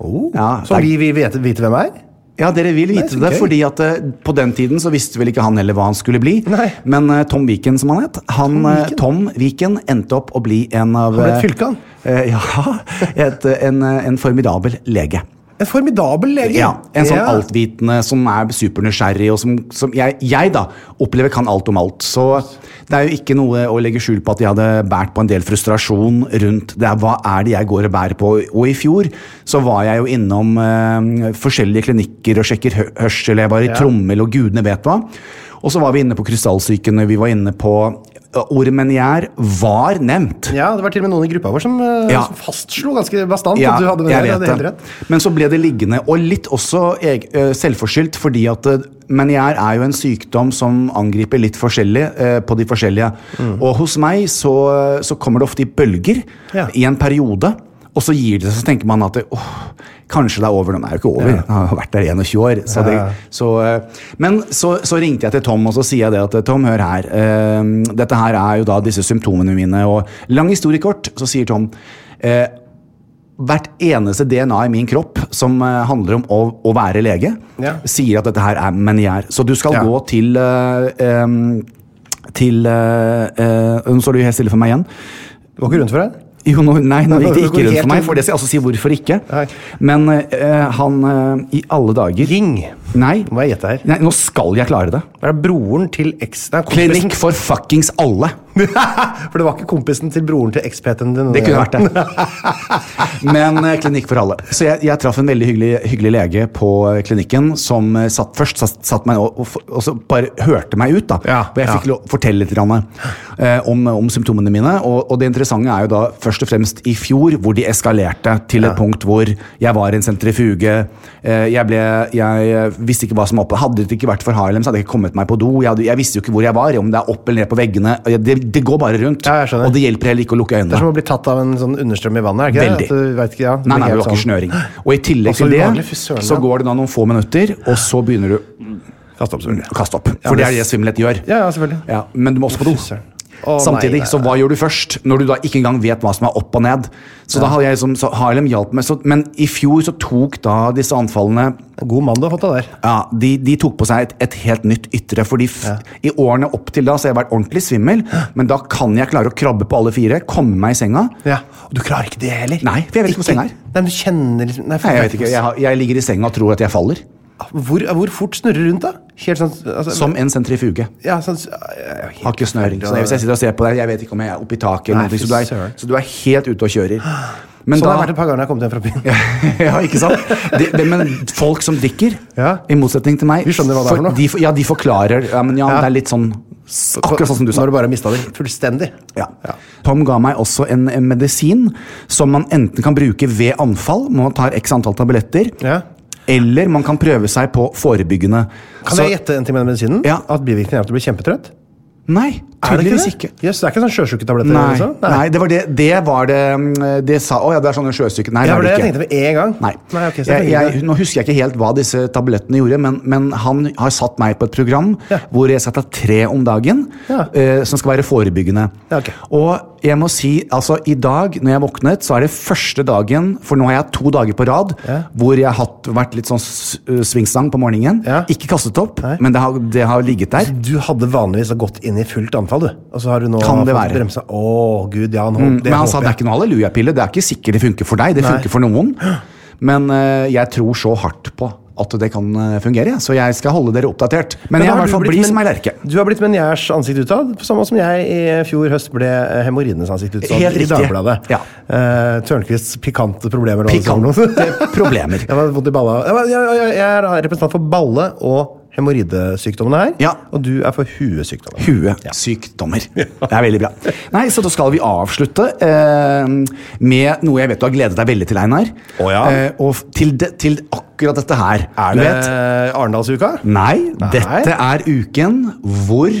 Speaker 1: Oh.
Speaker 2: Ja,
Speaker 1: Som
Speaker 2: det-
Speaker 1: vi, vi vet, vet hvem er?
Speaker 2: Ja, dere vil
Speaker 1: Nei,
Speaker 2: vite
Speaker 1: så
Speaker 2: det,
Speaker 1: gøy.
Speaker 2: fordi at eh, på den tiden så visste vel ikke han heller hva han skulle bli.
Speaker 1: Nei.
Speaker 2: Men eh, Tom Viken, som han het, han, eh, Tom Viken endte opp å bli en av
Speaker 1: ble et
Speaker 2: eh,
Speaker 1: fylke, han.
Speaker 2: eh, ja, et, eh, en, eh, en formidabel lege.
Speaker 1: En formidabel lege!
Speaker 2: Ja, En sånn
Speaker 1: Ja.
Speaker 2: altvitende som er supernysgjerrig, og som, som jeg, jeg da opplever kan alt om alt. Så det er jo ikke noe å legge skjul på at jeg hadde båret på en del frustrasjon rundt det er, hva er det jeg går og bærer på. Og i fjor så var jeg jo innom eh, forskjellige klinikker og sjekker hø hørsel, jeg var i trommel og gudene vet hva. Og så var vi inne på krystallsykene, vi var inne på eh, Ordet menier var nevnt.
Speaker 1: Ja, det var til og med noen i gruppa vår som, eh,
Speaker 2: Ja.
Speaker 1: som fastslo ganske bastant
Speaker 2: Ja,
Speaker 1: at du hadde med
Speaker 2: jeg
Speaker 1: deg,
Speaker 2: vet
Speaker 1: det. er helt
Speaker 2: det.
Speaker 1: rett.
Speaker 2: Men så ble det liggende, og litt også eg, eh, selvforskyldt, fordi at eh, Menier er jo en sykdom som angriper litt forskjellig eh, på de forskjellige.
Speaker 1: Mm.
Speaker 2: Og hos meg så, så kommer det ofte i bølger
Speaker 1: Ja.
Speaker 2: i en periode. Og så gir det seg, så tenker man at det, åh, kanskje det er over. Men det er jo ikke over. Jeg har vært der i 21 år. Så det, så, eh, men så, så ringte jeg til Tom, og så sier jeg det at Tom, hør her. eh, dette her er jo da disse symptomene mine. Og lang historie kort, så sier Tom eh, hvert eneste DNA i min kropp som eh, handler om å, å være lege,
Speaker 1: Ja.
Speaker 2: sier at dette her er menier. Så du skal
Speaker 1: Ja.
Speaker 2: gå til eh, em, Til eh, eh, Nå står du helt stille for meg igjen.
Speaker 1: Det var ikke rundt for deg?
Speaker 2: Jo, nå, nei, nå gikk det
Speaker 1: Går
Speaker 2: ikke rundt
Speaker 1: helt
Speaker 2: for meg,
Speaker 1: rundt.
Speaker 2: for det skal jeg også si hvorfor ikke.
Speaker 1: Nei.
Speaker 2: Men eh, han eh, I alle dager
Speaker 1: Ging.
Speaker 2: Nei,
Speaker 1: Nå må jeg gjette her.
Speaker 2: nei, nå skal jeg klare det.
Speaker 1: Det er broren til eks... Nei, kompisen-
Speaker 2: Klinikk for fuckings alle!
Speaker 1: for det var ikke kompisen til broren til ekspeten din.
Speaker 2: Det kunne vært det. Men eh, klinikk for alle. Så jeg, jeg traff en veldig hyggelig, hyggelig lege på eh, klinikken som eh, satt, først satt, satt meg og, og, f- og så bare hørte meg ut. da.
Speaker 1: Ja,
Speaker 2: og jeg
Speaker 1: ja.
Speaker 2: fikk lov- fortelle litt grann, eh, om, om symptomene mine. Og, og det interessante er jo da først og fremst i fjor, hvor de eskalerte til et punkt hvor jeg var i en sentrifuge. eh, Jeg, ble, jeg eh, visste ikke hva som var oppe. Hadde det ikke vært for Harlem, så hadde jeg ikke kommet meg på do. Jeg, hadde, jeg visste jo ikke hvor jeg var, om det er opp eller ned på veggene. Det, det går bare rundt.
Speaker 1: Ja, jeg skjønner.
Speaker 2: og det hjelper heller ikke å lukke øynene.
Speaker 1: Det er som å bli tatt av en sånn understrøm i vannet. er det ikke
Speaker 2: Veldig.
Speaker 1: det? At du vet ikke, ja, du blir
Speaker 2: Nei, nei, det
Speaker 1: helt
Speaker 2: var ikke
Speaker 1: sånn-
Speaker 2: snøring. Og i tillegg
Speaker 1: Altså,
Speaker 2: til
Speaker 1: ubehagelig, fy søren, Mm.
Speaker 2: det så
Speaker 1: ja.
Speaker 2: går det da noen få minutter, og så begynner du
Speaker 1: Kast opp, selvfølgelig.
Speaker 2: å kaste opp. For det er det svimmelhet gjør.
Speaker 1: Ja, ja, selvfølgelig.
Speaker 2: Ja, men du må også på do.
Speaker 1: Fy søren. Å,
Speaker 2: Samtidig,
Speaker 1: nei,
Speaker 2: så hva gjør du først? Når du da ikke engang vet hva som er opp og ned. Så da hadde jeg liksom, så Harlem hjalp meg, så, men i fjor så tok da disse anfallene
Speaker 1: God mann du har fått deg der.
Speaker 2: ja, de, de tok på seg et, et helt nytt ytre. fordi f I årene opp til da så har jeg vært ordentlig svimmel, men da kan jeg klare å krabbe på alle fire, komme meg i senga.
Speaker 1: Og du klarer ikke det heller?
Speaker 2: Nei, for jeg vet ikke hvor senga er.
Speaker 1: Nei, men du kjenner liksom Nei, for-
Speaker 2: Nei, jeg vet ikke, jeg, har- jeg ligger i senga og tror at jeg faller.
Speaker 1: Hvor, hvor fort snurrer rundt, da? Helt sånn altså,
Speaker 2: Som en sentrifuge.
Speaker 1: ja, sånn,
Speaker 2: Har ikke snøring. Så hvis jeg sitter og ser på deg, jeg vet ikke om jeg er oppe i taket.
Speaker 1: Nei,
Speaker 2: Eller noe, så, du
Speaker 1: fy
Speaker 2: er,
Speaker 1: søren.
Speaker 2: så du er helt ute og kjører. Men
Speaker 1: Sånn har det vært
Speaker 2: da
Speaker 1: et par ganger når jeg har kommet hjem fra byen.
Speaker 2: ja, ikke sant? De, de, men folk som drikker,
Speaker 1: Ja.
Speaker 2: i motsetning til meg
Speaker 1: Vi skjønner hva det er for noe.
Speaker 2: De, for- ja, de forklarer ja, men ja,
Speaker 1: Ja.
Speaker 2: det er litt sånn Akkurat sånn som du sa.
Speaker 1: Når du bare har mista det fullstendig.
Speaker 2: Ja. Tom ga meg også en, en medisin som man enten kan bruke ved anfall, man tar x antall tabletter,
Speaker 1: Ja.
Speaker 2: eller man kan prøve seg på forebyggende.
Speaker 1: Kan
Speaker 2: Så-
Speaker 1: jeg gjette en ting med den medisinen?
Speaker 2: Ja.
Speaker 1: At bivirkningen er at du blir kjempetrøtt?
Speaker 2: Nei, tydeligvis
Speaker 1: det?
Speaker 2: ikke.
Speaker 1: Jøss, det er ikke sånn sjøsjuketabletter?
Speaker 2: Nei,
Speaker 1: liksom?
Speaker 2: nei, det var det Det var det mm, Det sa Å ja, det er sånn en sjøsyke. Nei,
Speaker 1: Ja, for det
Speaker 2: det
Speaker 1: jeg
Speaker 2: er det
Speaker 1: tenkte
Speaker 2: ikke.
Speaker 1: med en gang.
Speaker 2: Nei.
Speaker 1: ok, så
Speaker 2: jeg,
Speaker 1: jeg,
Speaker 2: jeg, nå husker jeg ikke helt hva disse tablettene gjorde, men, men han har satt meg på et program
Speaker 1: Ja.
Speaker 2: hvor jeg skal ta tre om dagen,
Speaker 1: Ja.
Speaker 2: eh, som skal være forebyggende.
Speaker 1: Ja, ok.
Speaker 2: Og jeg må si, altså i dag når jeg våknet, så er det første dagen, for nå har jeg to dager på rad,
Speaker 1: Ja.
Speaker 2: hvor jeg har hatt, vært litt sånn s- øh, svingstang på morgenen.
Speaker 1: Ja.
Speaker 2: Ikke kastet opp,
Speaker 1: Nei.
Speaker 2: men det har, det har ligget der.
Speaker 1: Du hadde vanligvis gått inn i fullt anfall, du. Og så har du nå
Speaker 2: Kan det være? Mm,
Speaker 1: bremsa. Å, gud, ja, han håp-
Speaker 2: Men han
Speaker 1: håper
Speaker 2: sa det er
Speaker 1: jeg.
Speaker 2: ikke noe hallelujapille, det er ikke sikkert det funker for deg, det
Speaker 1: Nei.
Speaker 2: funker for noen. Men eh, jeg tror så hardt på at det kan eh, fungere, så jeg skal holde dere oppdatert. Men,
Speaker 1: Men da
Speaker 2: jeg er i
Speaker 1: har
Speaker 2: hvert
Speaker 1: du
Speaker 2: fall
Speaker 1: blitt
Speaker 2: blid
Speaker 1: men-
Speaker 2: som ei lerke.
Speaker 1: Du har blitt Meniers ansikt utad, på samme måte som jeg i fjor høst ble eh, hemoroidenes ansikt utad
Speaker 2: Helt
Speaker 1: i
Speaker 2: riktig.
Speaker 1: Dagbladet.
Speaker 2: Ja.
Speaker 1: Eh, Tørnquists pikante problemer. eller hva det står for noe.
Speaker 2: Pikante problemer.
Speaker 1: Jeg, var vondt i balla. jeg, var- jeg, jeg, jeg er da representant for balle- og hemoroidesykdommene her.
Speaker 2: Ja.
Speaker 1: Og du er for huesykdommen.
Speaker 2: Huesykdommer. Det er veldig bra. Nei, Så da skal vi avslutte eh, med noe jeg vet du har gledet deg veldig til, Einar.
Speaker 1: Å ja.
Speaker 2: Eh, og f- til, de, til akkurat dette her.
Speaker 1: Er
Speaker 2: du
Speaker 1: det
Speaker 2: vet,
Speaker 1: Eh,
Speaker 2: Mm.
Speaker 1: Arendalsuka?
Speaker 2: Nei, dette er uken hvor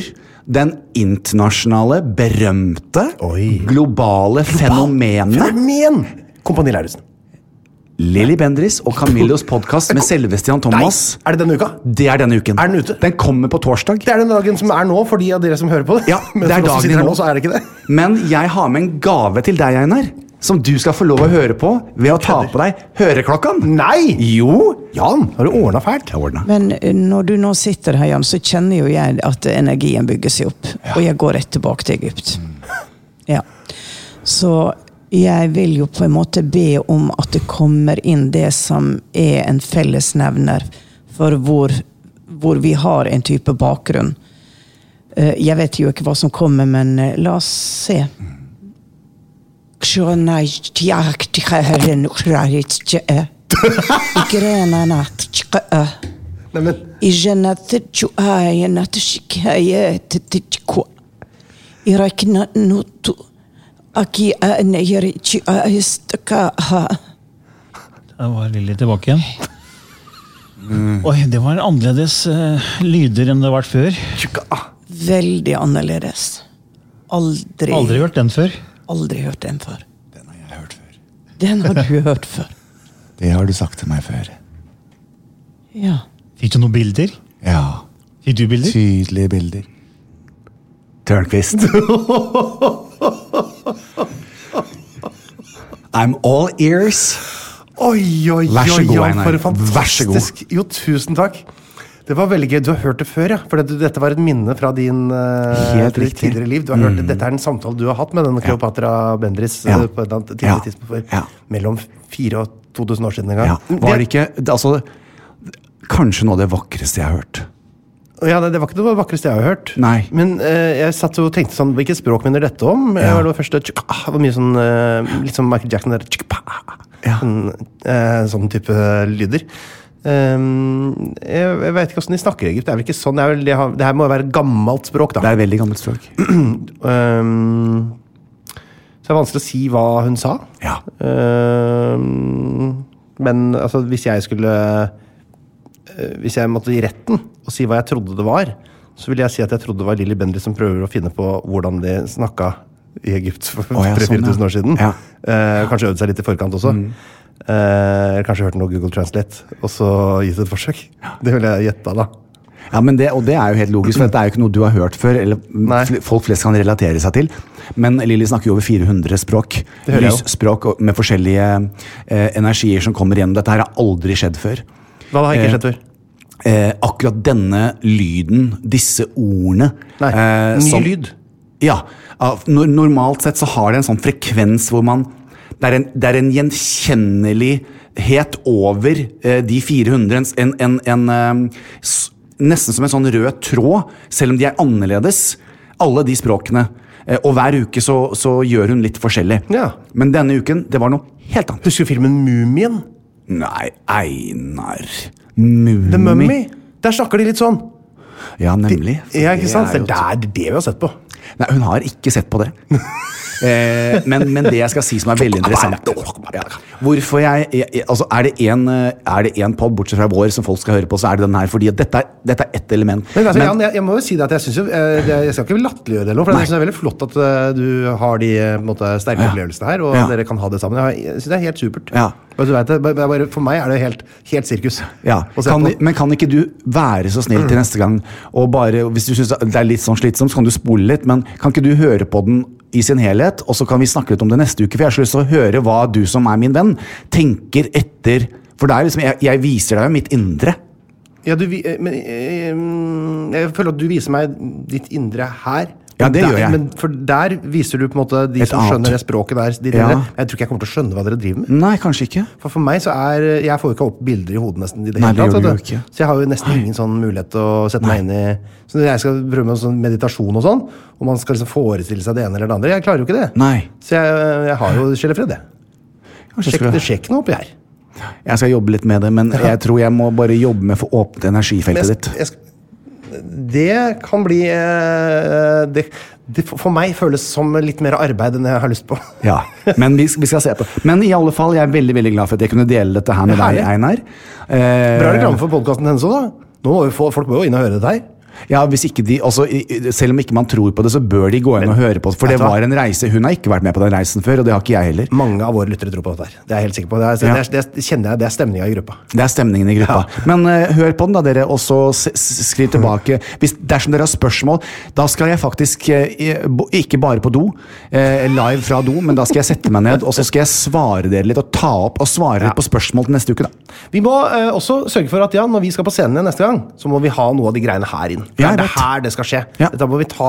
Speaker 2: den internasjonale, berømte,
Speaker 1: Oi.
Speaker 2: globale fenomenet
Speaker 1: Fenomen! Kompani Lauritzen.
Speaker 2: Lilly Bendris og Camillos podkast med selveste Jan Thomas.
Speaker 1: Er det denne uka?
Speaker 2: Det er denne uken.
Speaker 1: Er den ute?
Speaker 2: Den kommer på torsdag.
Speaker 1: Det er den dagen som er nå, for de av dere som hører på det.
Speaker 2: Ja,
Speaker 1: Men
Speaker 2: det er
Speaker 1: for oss som
Speaker 2: dagen
Speaker 1: sitter her
Speaker 2: nå.
Speaker 1: nå, så er det ikke det.
Speaker 2: Men jeg har med en gave til deg, Einar. Som du skal få lov å høre på ved å ta på deg høreklokka.
Speaker 1: Nei!
Speaker 2: Jo!
Speaker 1: Jan, har du ordna fælt?
Speaker 2: Jeg ordner.
Speaker 4: Men eh, når du nå sitter her, Jan, så kjenner jo jeg at energien bygger seg opp. Og jeg går rett tilbake til Egypt. Ja. Så jeg vil jo på en måte be om at det kommer inn det som er en fellesnevner for hvor, hvor vi har en type bakgrunn. Eh, Jeg vet jo ikke hva som kommer, men eh, la oss se.
Speaker 1: Nei, men,
Speaker 5: Der var Lilly tilbake igjen. Oi, det var annerledes eh, lyder enn det har vært før.
Speaker 4: Veldig annerledes. Aldri,
Speaker 5: Aldri hørt den før.
Speaker 4: aldri hørt den før. Den har du hørt før.
Speaker 2: Det har du sagt til meg før.
Speaker 4: Ja.
Speaker 5: Fikk du noen bilder?
Speaker 2: Ja.
Speaker 5: Fikk du bilder?
Speaker 2: Tydelige bilder. Tørnquist. I'm all ears.
Speaker 1: oi, oi,
Speaker 2: Vær så
Speaker 1: oi,
Speaker 2: god,
Speaker 1: Jan,
Speaker 2: Einar.
Speaker 1: for
Speaker 2: Vær så god.
Speaker 1: fantastisk. Jo, tusen takk. Det var veldig gøy. Du har hørt det før, ja. For dette, dette var et minne fra din eh,
Speaker 2: Helt
Speaker 1: ditt
Speaker 2: riktig. Mm.
Speaker 1: tidligere liv. Du har hørt det. Dette er en samtale du har hatt med denne Kleopatra Bendris eh,
Speaker 2: Ja.
Speaker 1: på et eller annet tidligere
Speaker 2: Ja.
Speaker 1: tidspunkt for
Speaker 2: Ja.
Speaker 1: mellom 4 og 2000 år siden en gang.
Speaker 2: Ja, var det ikke det- Altså, kanskje noe av det vakreste jeg har hørt.
Speaker 1: Ja, nei, Det var ikke det vakreste jeg har hørt.
Speaker 2: Nei.
Speaker 1: Men eh, jeg satt og tenkte sånn Hvilket språk minner dette om? Eh,
Speaker 2: Ja.
Speaker 1: Det var første tsk, ah, det var mye sånn eh, Litt som Michael Jackson der tsk, pa, ah,
Speaker 2: Ja.
Speaker 1: sånn, eh, sånn type lyder. Ehm, jeg jeg veit ikke åssen de snakker i Egypt. Det er vel ikke sånn, det, er vel, det, har, det her må jo være et gammelt språk,
Speaker 2: Det
Speaker 1: da.
Speaker 2: er et veldig gammelt språk.
Speaker 1: Ehm, så det er vanskelig å si hva hun sa.
Speaker 2: Ja.
Speaker 1: Ehm, men altså, hvis jeg skulle eh, Hvis jeg måtte i retten og si hva jeg trodde det var, så ville jeg si at jeg trodde det var Lilly Bendriss som prøver å finne på hvordan de snakka i Egypt for
Speaker 2: Å ja,
Speaker 1: 3000
Speaker 2: sånn, ja.
Speaker 1: år siden.
Speaker 2: Ja. Mm.
Speaker 1: Eh, kanskje øvde seg litt i forkant også. Eh, kanskje hørte noe Google Translate, og så gitt et forsøk. Det ville jeg gjetta, da.
Speaker 2: ja, men det, Og det er jo helt logisk, for dette er jo ikke noe du har hørt før. Eller
Speaker 1: Nei.
Speaker 2: fl- folk flest kan relatere seg til. Men Lilly snakker jo over 400 språk.
Speaker 1: Det hører jeg jo.
Speaker 2: Lysspråk og- med forskjellige eh, energier som kommer igjennom. Dette her har aldri skjedd før.
Speaker 1: Hva har ikke
Speaker 2: Eh,
Speaker 1: skjedd før?
Speaker 2: eh, akkurat denne lyden, disse ordene
Speaker 1: Nei,
Speaker 2: eh,
Speaker 1: ny
Speaker 2: som-
Speaker 1: lyd.
Speaker 2: Ja. av- nor- normalt sett så har det en sånn frekvens hvor man Det er en, det er en gjenkjennelighet over eh, de 400. En, s- en, en, en eh, s, Nesten som en sånn rød tråd, selv om de er annerledes, alle de språkene. Eh, og hver uke så, så gjør hun litt forskjellig.
Speaker 1: Ja.
Speaker 2: Men denne uken, det var noe helt annet.
Speaker 1: Husker du filmen Mumien?
Speaker 2: Nei, Einar Mummi.
Speaker 1: The Mummy? Der snakker de litt sånn.
Speaker 2: Ja, nemlig. for
Speaker 1: Ja, ikke sant?
Speaker 2: er
Speaker 1: Det er der-
Speaker 2: jo
Speaker 1: det er det vi har sett på.
Speaker 2: Nei, hun har ikke sett på det. eh, men, men det jeg skal si som er veldig interessant ja, Hvorfor jeg, jeg altså Er det en, eh, er det en pod, bortsett fra vår, som folk skal høre på, så er det den her. Fordi at dette er, dette er ett element.
Speaker 1: Men, altså,
Speaker 2: Men-
Speaker 1: Jan, jeg, jeg må jo si det at jeg synes jo, eh, det- jeg skal ikke latterliggjøre det, nå, for jeg synes det er veldig flott at eh, du har de eh, på en måte, sterke
Speaker 2: Ja.
Speaker 1: opplevelsene her, og
Speaker 2: Ja.
Speaker 1: dere kan ha det sammen. Jeg har- Jeg synes det er helt supert.
Speaker 2: Ja.
Speaker 1: Bare så du vet det, bare- bare, for meg er det helt, helt sirkus.
Speaker 2: Ja,
Speaker 1: å se
Speaker 2: kan,
Speaker 1: på.
Speaker 2: Men kan ikke du være så snill til neste gang og bare, Hvis du syns det er litt sånn slitsomt, så kan du spole litt, men kan ikke du høre på den i sin helhet, og så kan vi snakke litt om det neste uke? For jeg har så lyst til å høre hva du som er min venn, tenker etter For det er liksom, jeg, jeg viser deg jo mitt indre.
Speaker 1: ja, du, vi- eh, men, eh, mm, jeg føler at du viser meg ditt indre her.
Speaker 2: Ja, det
Speaker 1: der,
Speaker 2: gjør jeg.
Speaker 1: Men for der viser du på en måte de
Speaker 2: Et
Speaker 1: som
Speaker 2: annet.
Speaker 1: skjønner det språket der. ditt
Speaker 2: Ja.
Speaker 1: indre. Jeg tror ikke jeg kommer til å skjønne hva dere driver med.
Speaker 2: Nei, kanskje ikke.
Speaker 1: For, for meg så er Jeg får jo ikke opp bilder i hodet nesten i det
Speaker 2: Nei,
Speaker 1: hele
Speaker 2: det
Speaker 1: tatt.
Speaker 2: gjør du
Speaker 1: vet
Speaker 2: jo ikke.
Speaker 1: Så jeg har jo nesten ingen sånn mulighet til å sette meg inn i Så når jeg skal prøve med sånn meditasjon og sånn, og man skal liksom forestille seg det ene eller det andre, jeg klarer jo ikke det.
Speaker 2: Nei.
Speaker 1: Så jeg, jeg har jo sjelefred, jeg.
Speaker 2: Kanskje
Speaker 1: Sjekk,
Speaker 2: skal
Speaker 1: det-
Speaker 2: jeg,
Speaker 1: sjekk noe oppi her.
Speaker 2: jeg skal jobbe litt med det, men jeg tror jeg må bare jobbe med å få åpnet energifeltet
Speaker 1: Men jeg-
Speaker 2: ditt.
Speaker 1: jeg skal- det kan bli eh, det, det for- for meg føles som litt mer arbeid enn jeg har lyst på.
Speaker 2: Ja, men vi, vi skal se på Men i alle fall, jeg er veldig veldig glad for at jeg kunne dele dette her med
Speaker 1: Ja, herlig.
Speaker 2: deg, Einar. Eh.
Speaker 1: Bra reklame for podkasten hennes òg, da. Nå må jo få, folk må jo inn og høre dette her.
Speaker 2: Ja, hvis ikke de, altså, i- i- Selv om ikke man tror på det, så bør de gå inn og høre på det. For
Speaker 1: vet
Speaker 2: det
Speaker 1: du hva?
Speaker 2: var en reise. Hun har ikke vært med på den reisen før, og det har ikke jeg heller.
Speaker 1: Mange av våre lyttere tror på dette her. Det er jeg helt sikker på. Det, er,
Speaker 2: Ja.
Speaker 1: det, er, det kjenner jeg, det er stemninga i gruppa.
Speaker 2: Det er stemningen i gruppa. Men eh, hør på den, da, dere, og så s- s- skriv tilbake. Hvis, dersom dere har spørsmål, da skal jeg faktisk eh, i- bo- Ikke bare på do, eh, live fra do, men da skal jeg sette meg ned, og så skal jeg svare dere litt, og ta opp og svare litt på spørsmål til neste uke, da.
Speaker 1: Vi må eh, også sørge for at ja, når vi skal på scenen igjen neste gang, så må vi ha noe av de greiene her inn. Det
Speaker 2: Ja,
Speaker 1: er
Speaker 2: jeg
Speaker 1: det
Speaker 2: vet.
Speaker 1: her det skal skje.
Speaker 2: Ja.
Speaker 1: Dette må vi ta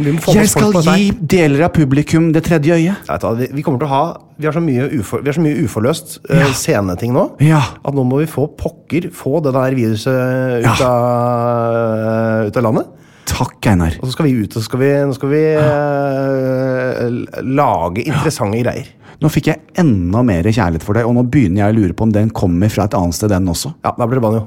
Speaker 1: Vi må få med
Speaker 2: Jeg
Speaker 1: oss folk
Speaker 2: skal
Speaker 1: på dette.
Speaker 2: gi
Speaker 1: her.
Speaker 2: deler av publikum det tredje øyet.
Speaker 1: Ja, vet du hva, vi- Vi kommer til å ha Vi har så mye, ufor, vi har så mye uforløst eh,
Speaker 2: Ja.
Speaker 1: sceneting nå
Speaker 2: Ja.
Speaker 1: at nå må vi få pokker få det der viruset ut,
Speaker 2: Ja.
Speaker 1: av, ut av landet.
Speaker 2: Takk, Einar.
Speaker 1: Og så skal vi ut og så skal vi, nå skal vi eh, l- lage interessante greier.
Speaker 2: Nå fikk jeg enda mer kjærlighet for deg, og nå begynner jeg å lure på om den kommer fra et annet sted, den også.
Speaker 1: Ja, da blir det banjo.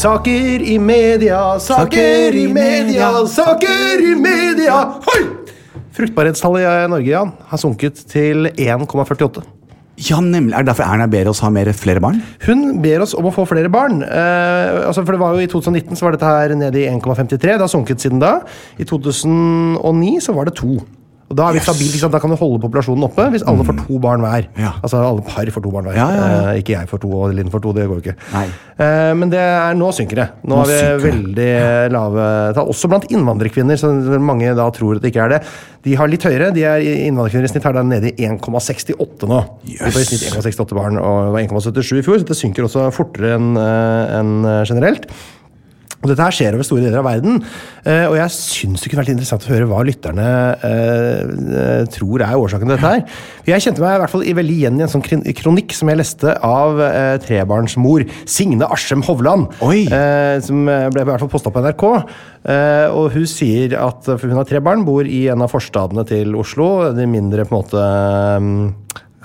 Speaker 1: Saker i media, saker i media, saker i media! Hoi! Fruktbarhetstallet i Norge Jan, har sunket til 1,48.
Speaker 2: Ja, nemlig. Er det derfor Erna ber oss ha mer, flere barn?
Speaker 1: Hun ber oss om å få flere barn. Eh, altså for det var jo I 2019 så var dette her nede i 1,53. Det har sunket siden da. I 2009 så var det to. Og Da er vi stabil, ikke sant? da kan du holde populasjonen oppe hvis alle får to barn hver.
Speaker 2: Mm. Ja.
Speaker 1: Altså alle par får to barn hver.
Speaker 2: Ja, ja, ja.
Speaker 1: Eh, ikke jeg får to og Linn får to. Det går jo ikke.
Speaker 2: Nei.
Speaker 1: Eh, men det er, nå synker det. Nå,
Speaker 2: Nå
Speaker 1: har vi
Speaker 2: synker
Speaker 1: veldig lave tall. Også blant innvandrerkvinner, som mange da tror at det ikke er det. De har litt høyere. de er Innvandrerkvinner i snitt er da nede i 1,68 nå. De får i snitt 1,68 barn og var 1,77 i fjor, så det synker også fortere enn eh, enn, eh, generelt. Og dette her skjer over store deler av verden. eh, Og jeg syns det kunne vært interessant å høre hva lytterne eh, eh, tror er årsaken til dette her. For Jeg kjente meg i hvert fall i- veldig igjen i en sånn krin- kronikk som jeg leste av eh, trebarnsmor Signe Aschem Hovland.
Speaker 2: Oi.
Speaker 1: eh, Som eh, ble i hvert fall posta på NRK. eh, Og hun sier at For hun har tre barn, bor i en av forstadene til Oslo. De mindre på en måte mm,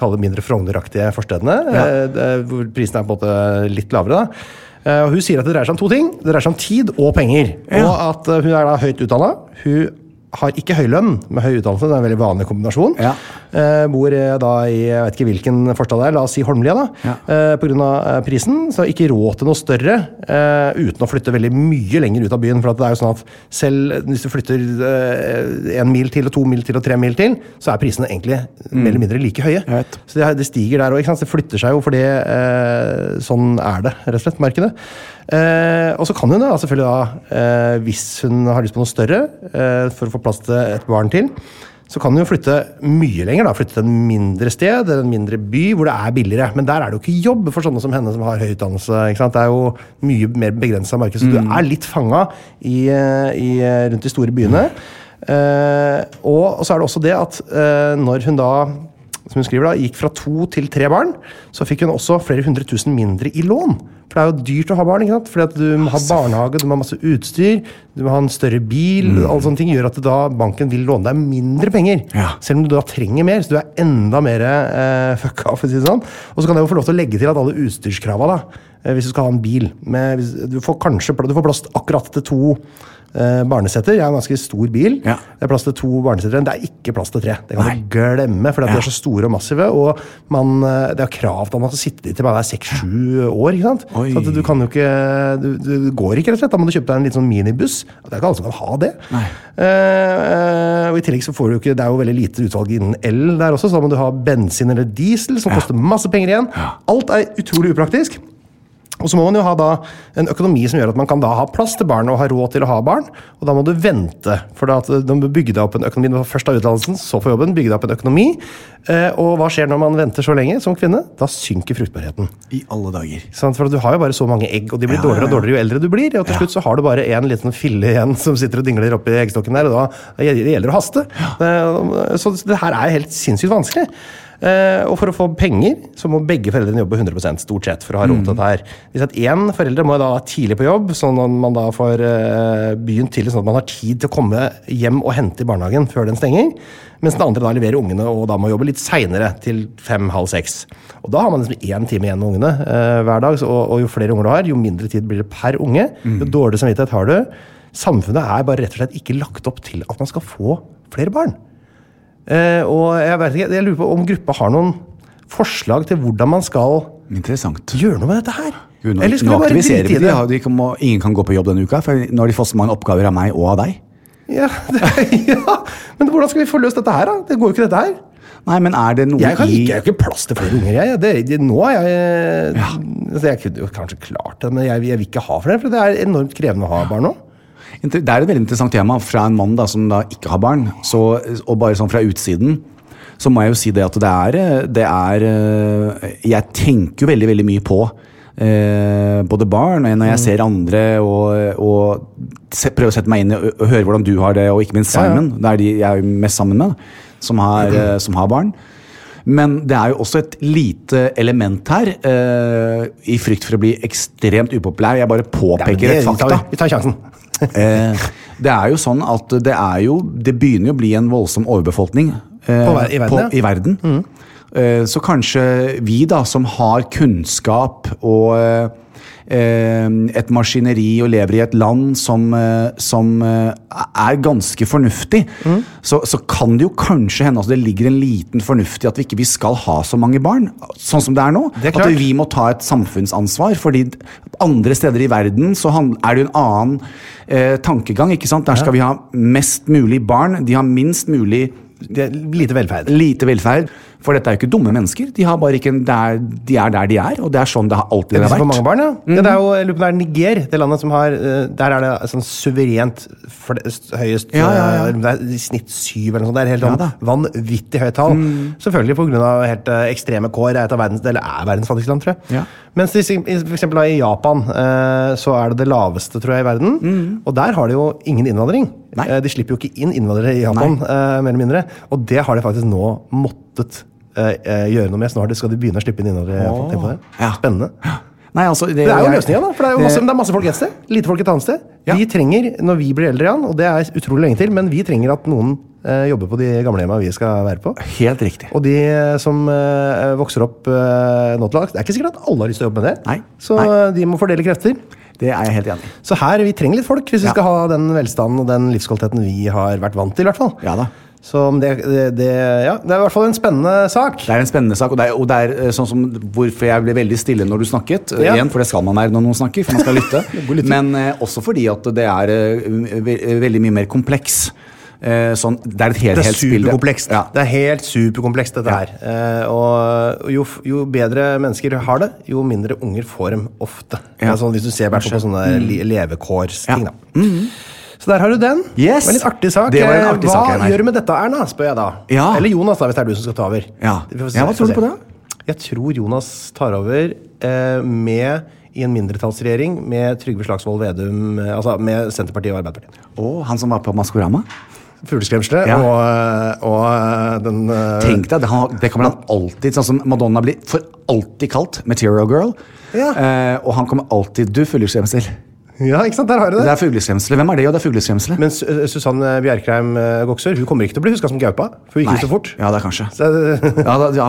Speaker 1: Kall det mindre Frogner-aktige forstedene. eh, eh, Hvor prisene er på en måte litt lavere, da. Eh, Og hun sier at det dreier seg om to ting. Det dreier seg om tid og penger. Og at eh, hun er da høyt utdanna. Hun har ikke høy lønn med høy utdannelse, det er en veldig vanlig kombinasjon.
Speaker 2: Ja.
Speaker 1: Eh, bor eh, da i jeg vet ikke hvilken forstad det er, la oss si Holmlia, da.
Speaker 2: Ja.
Speaker 1: Eh, på grunn av eh, prisen. Så har ikke råd til noe større eh, uten å flytte veldig mye lenger ut av byen. For at det er jo sånn at selv hvis du flytter eh, en mil til og to mil til og tre mil til, så er prisene egentlig mer eller mindre like høye.
Speaker 2: Mm. Jeg vet.
Speaker 1: Så det, det stiger der òg. Det flytter seg jo fordi eh, sånn er det, rett og slett. Markedet. Eh, og så kan hun da, selvfølgelig da, eh, hvis hun har lyst på noe større, eh, for å få plass til et barn til, så kan hun jo flytte mye lenger. da, Flytte til en mindre sted, en mindre by, hvor det er billigere. Men der er det jo ikke jobb for sånne som henne som har høy utdannelse. ikke sant? Det er jo mye mer begrensa marked, så du er litt fanga i, eh, i, eh, rundt de store byene. Eh, og, og så er det også det at eh, når hun da som hun skriver da, gikk fra to til tre barn, så fikk hun også flere hundre tusen mindre i lån. For det er jo dyrt å ha barn. ikke sant? Fordi at Du må ha barnehage, du må ha masse utstyr, du må ha en større bil.
Speaker 2: Mm.
Speaker 1: Alle sånne ting gjør at da banken vil låne deg mindre penger.
Speaker 2: Ja.
Speaker 1: Selv om du da trenger mer, så du er enda mer eh, fucka. for å si det sånn. Og så kan jeg jo få lov til å legge til at alle utstyrskrava, da, eh, hvis du skal ha en bil med, hvis, Du får kanskje pl- du får plass akkurat til to eh, barnesetter. Jeg har en ganske stor bil.
Speaker 2: Ja.
Speaker 1: Det er plass til to barnesetter. Det er ikke plass til tre. Det kan
Speaker 2: Nei.
Speaker 1: du glemme, for de
Speaker 2: Ja.
Speaker 1: er så store og massive. Og man, eh, det er krav til at man skal sitte i til man er seks-sju år. ikke sant?
Speaker 2: Oi.
Speaker 1: Så at du kan jo ikke du, du, du går ikke, rett og slett. Da må du kjøpe deg en litt sånn minibuss. Det er ikke alle som kan ha det.
Speaker 2: Nei.
Speaker 1: Eh, eh, og i tillegg så får du jo ikke Det er jo veldig lite utvalg innen el der også, så da må du ha bensin eller diesel, som koster masse penger igjen. Alt er utrolig upraktisk. Og så må man jo ha da en økonomi som gjør at man kan da ha plass til barn og ha råd til å ha barn, og da må du vente. For da at du må bygge deg opp en økonomi. Du må først ha utdannelsen, så få jobben, bygge deg opp en økonomi. Eh, og hva skjer når man venter så lenge som kvinne? Da synker fruktbarheten.
Speaker 2: I alle dager.
Speaker 1: Ikke sant? For du har jo bare så mange egg, og de blir
Speaker 2: Ja,
Speaker 1: dårligere og
Speaker 2: ja, ja.
Speaker 1: dårligere jo eldre du blir. Og til
Speaker 2: Ja.
Speaker 1: slutt så har du bare én liten fille igjen som sitter og dingler oppi eggstokken der, og da det gjelder- det gjelder å haste. Eh, Så det her er helt sinnssykt vanskelig. Eh, og for å få penger så må begge foreldrene jobbe 100 stort sett. for å ha råd til
Speaker 2: Mm.
Speaker 1: dette her. Hvis at én forelder må da tidlig på jobb, sånn at man da får eh, begynt tidlig, sånn at man har tid til å komme hjem og hente i barnehagen før den stenger. Mens den andre da leverer ungene og da må jobbe litt seinere, til fem-halv seks. Og da har man liksom én time igjen med ungene eh, hver dag. Så, og, og jo flere unger du har, jo mindre tid blir det per unge.
Speaker 2: Mm.
Speaker 1: Jo dårligere samvittighet har du. Samfunnet er bare rett og slett ikke lagt opp til at man skal få flere barn. Eh, og jeg, vet ikke, jeg lurer på om gruppa har noen forslag til hvordan man skal
Speaker 2: Interessant.
Speaker 1: gjøre noe med dette her?
Speaker 2: Gud, nå,
Speaker 1: Eller
Speaker 2: nå
Speaker 1: skal vi bare
Speaker 2: aktiviserer
Speaker 1: drite
Speaker 2: vi
Speaker 1: i
Speaker 2: de.
Speaker 1: det?
Speaker 2: ja. de kan- må, ingen kan gå på jobb denne uka, for nå har de fått så mange oppgaver av meg og av deg.
Speaker 1: Ja, det, ja. Men hvordan skal vi få løst dette her, da? Det går jo ikke, dette her.
Speaker 2: Nei, men er det noe
Speaker 1: Jeg kan
Speaker 2: i
Speaker 1: ikke, jeg har ikke plass til flere unger. Jeg. Det, det, nå er jeg altså, Jeg kunne jo kanskje klart det, men jeg, jeg vil ikke ha flere. For det er enormt krevende å ha barn nå.
Speaker 2: Inter- Det er et veldig interessant tema fra en mann da, som da ikke har barn. Så, og bare sånn fra utsiden, så må jeg jo si det at det er, eh, det er eh, Jeg tenker jo veldig, veldig mye på eh, både barn og når
Speaker 1: Mm.
Speaker 2: jeg ser andre og, og se, prøver å sette meg inn i og, og høre hvordan du har det, og ikke minst
Speaker 1: Ja, Mm. ja.
Speaker 2: Simon, det er de jeg er mest sammen med, da, som har, eh, som har barn. Men det er jo også et lite element her, eh, i frykt for å bli ekstremt upopulær. Jeg bare påpeker et
Speaker 1: vi,
Speaker 2: fakta.
Speaker 1: tar, vi tar sjansen.
Speaker 2: Eh, det er jo sånn at det er jo Det begynner jo å bli en voldsom overbefolkning eh,
Speaker 1: På ver- i verden, ja. Mm.
Speaker 2: i verden. Eh, så kanskje vi, da, som har kunnskap og eh, eh, et maskineri og lever i et land som, eh, som eh, er ganske fornuftig,
Speaker 1: Mm.
Speaker 2: så, så kan det jo kanskje hende at det ligger en liten fornuft i at vi ikke vi skal ha så mange barn. Sånn som det er nå.
Speaker 1: Det er
Speaker 2: at
Speaker 1: klart.
Speaker 2: vi må ta et samfunnsansvar, fordi andre steder i verden så han- er det jo en annen eh, tankegang. ikke sant? Der skal vi ha mest mulig barn. De har minst mulig
Speaker 1: Det er lite velferd.
Speaker 2: lite velferd. For dette er jo ikke dumme mennesker. De, har bare ikke en, det er, de er der de er, og det er sånn det har alltid
Speaker 1: Det
Speaker 2: har
Speaker 1: er for
Speaker 2: vært. Mhm.
Speaker 1: mange barn, ja. ja det er jo, jeg lurer på om det er Niger, det landet som har eh, Der er det sånn suverent flest, høyest
Speaker 2: Ja, ja, ja.
Speaker 1: eh, Det er i snitt syv eller noe sånt. Det er helt
Speaker 2: Ja, Mhm.
Speaker 1: sånn vanvittig høyt tall. Selvfølgelig pga. helt eh, ekstreme kår. Er et av verdens, eller er verdens fattigste land, tror jeg.
Speaker 2: Ja.
Speaker 1: Mens i, i- for eksempel da, i Japan eh, så er det det laveste, tror jeg, i verden. Og der har de jo ingen innvandring.
Speaker 2: Mhm. Nei.
Speaker 1: Eh, De slipper jo ikke inn innvandrere i Japan, eh, mer eller mindre. Og det har de faktisk nå måttet eh, eh, gjøre noe med. Snart skal de begynne å slippe inn innvandrere. i Japan. Tenk på det.
Speaker 2: Ja.
Speaker 1: Spennende.
Speaker 2: Nei, altså, det,
Speaker 1: Det er jo
Speaker 2: jeg- eh,
Speaker 1: løsninga, da. For det er jo masse, det er masse folk et sted. Lite folk et annet sted.
Speaker 2: Ja.
Speaker 1: Vi trenger, når vi blir eldre igjen, og det er utrolig lenge til, men vi trenger at noen eh, jobber på de gamlehjemma vi skal være på.
Speaker 2: Helt riktig.
Speaker 1: Og de eh, som eh, vokser opp eh, nå til dags Det er ikke sikkert at alle har lyst til å jobbe med det.
Speaker 2: Nei.
Speaker 1: Så
Speaker 2: Nei.
Speaker 1: eh, de må fordele krefter.
Speaker 2: Det er jeg helt enig i.
Speaker 1: Så her, vi trenger litt folk hvis vi
Speaker 2: Ja.
Speaker 1: skal ha den velstanden og den livskvaliteten vi har vært vant til. i hvert fall.
Speaker 2: Ja da.
Speaker 1: Så om det, det, det, ja, det er i hvert fall en spennende sak.
Speaker 2: Det er en spennende sak, og det er, og det er eh, sånn som hvorfor jeg ble veldig stille når du snakket. eh,
Speaker 1: Ja.
Speaker 2: Igjen, for det skal man være når noen snakker, for man skal lytte.
Speaker 1: God lytting.
Speaker 2: Men eh, også fordi at det er eh, ve veldig mye mer kompleks. Eh, sånn, det er et
Speaker 1: Det er
Speaker 2: helhetsbilde.
Speaker 1: superkomplekst.
Speaker 2: Ja.
Speaker 1: Det er helt superkomplekst, dette her. Eh, og jo, f- jo bedre mennesker har det, jo mindre unger får dem ofte. Det er
Speaker 2: Ja. Mm.
Speaker 1: sånn, hvis du ser hvert fall på sånne le- levekårsting,
Speaker 2: Ja.
Speaker 1: da. Så der har du den. Det
Speaker 2: Yes.
Speaker 1: var en litt artig sak.
Speaker 2: Det var en
Speaker 1: Eh,
Speaker 2: artig
Speaker 1: Hva
Speaker 2: sak, Einar.
Speaker 1: gjør du med dette, Erna? spør jeg da.
Speaker 2: Ja.
Speaker 1: Eller Jonas, da, hvis det er du som skal ta over.
Speaker 2: Ja.
Speaker 1: Vi får se,
Speaker 2: Ja, hva
Speaker 1: vi får
Speaker 2: tror du
Speaker 1: se.
Speaker 2: på det?
Speaker 1: Jeg tror Jonas tar over eh, med i en mindretallsregjering med Trygve Slagsvold Vedum, eh, altså med Senterpartiet og Arbeiderpartiet.
Speaker 2: Og han som var på Maskorama.
Speaker 1: Fugleskremselet
Speaker 2: Ja.
Speaker 1: og, og den eh,
Speaker 2: Tenk deg, det, han, det kommer han alltid Sånn som Madonna blir for alltid kalt Material Girl.
Speaker 1: Ja.
Speaker 2: Eh, og han kommer alltid Du, fugleskremsel.
Speaker 1: Ja, ikke sant? Der har du
Speaker 2: Det
Speaker 1: det.
Speaker 2: er fugleskremselet. Hvem er det? Jo, det er fugleskremselet.
Speaker 1: Men Su- eh, Susanne Bjerkreim eh, Goksør hun kommer ikke til å bli huska som gaupa. For hun gikk jo så fort.
Speaker 2: Ja, det er kanskje.
Speaker 1: Så, eh,
Speaker 2: Ja, da, ja.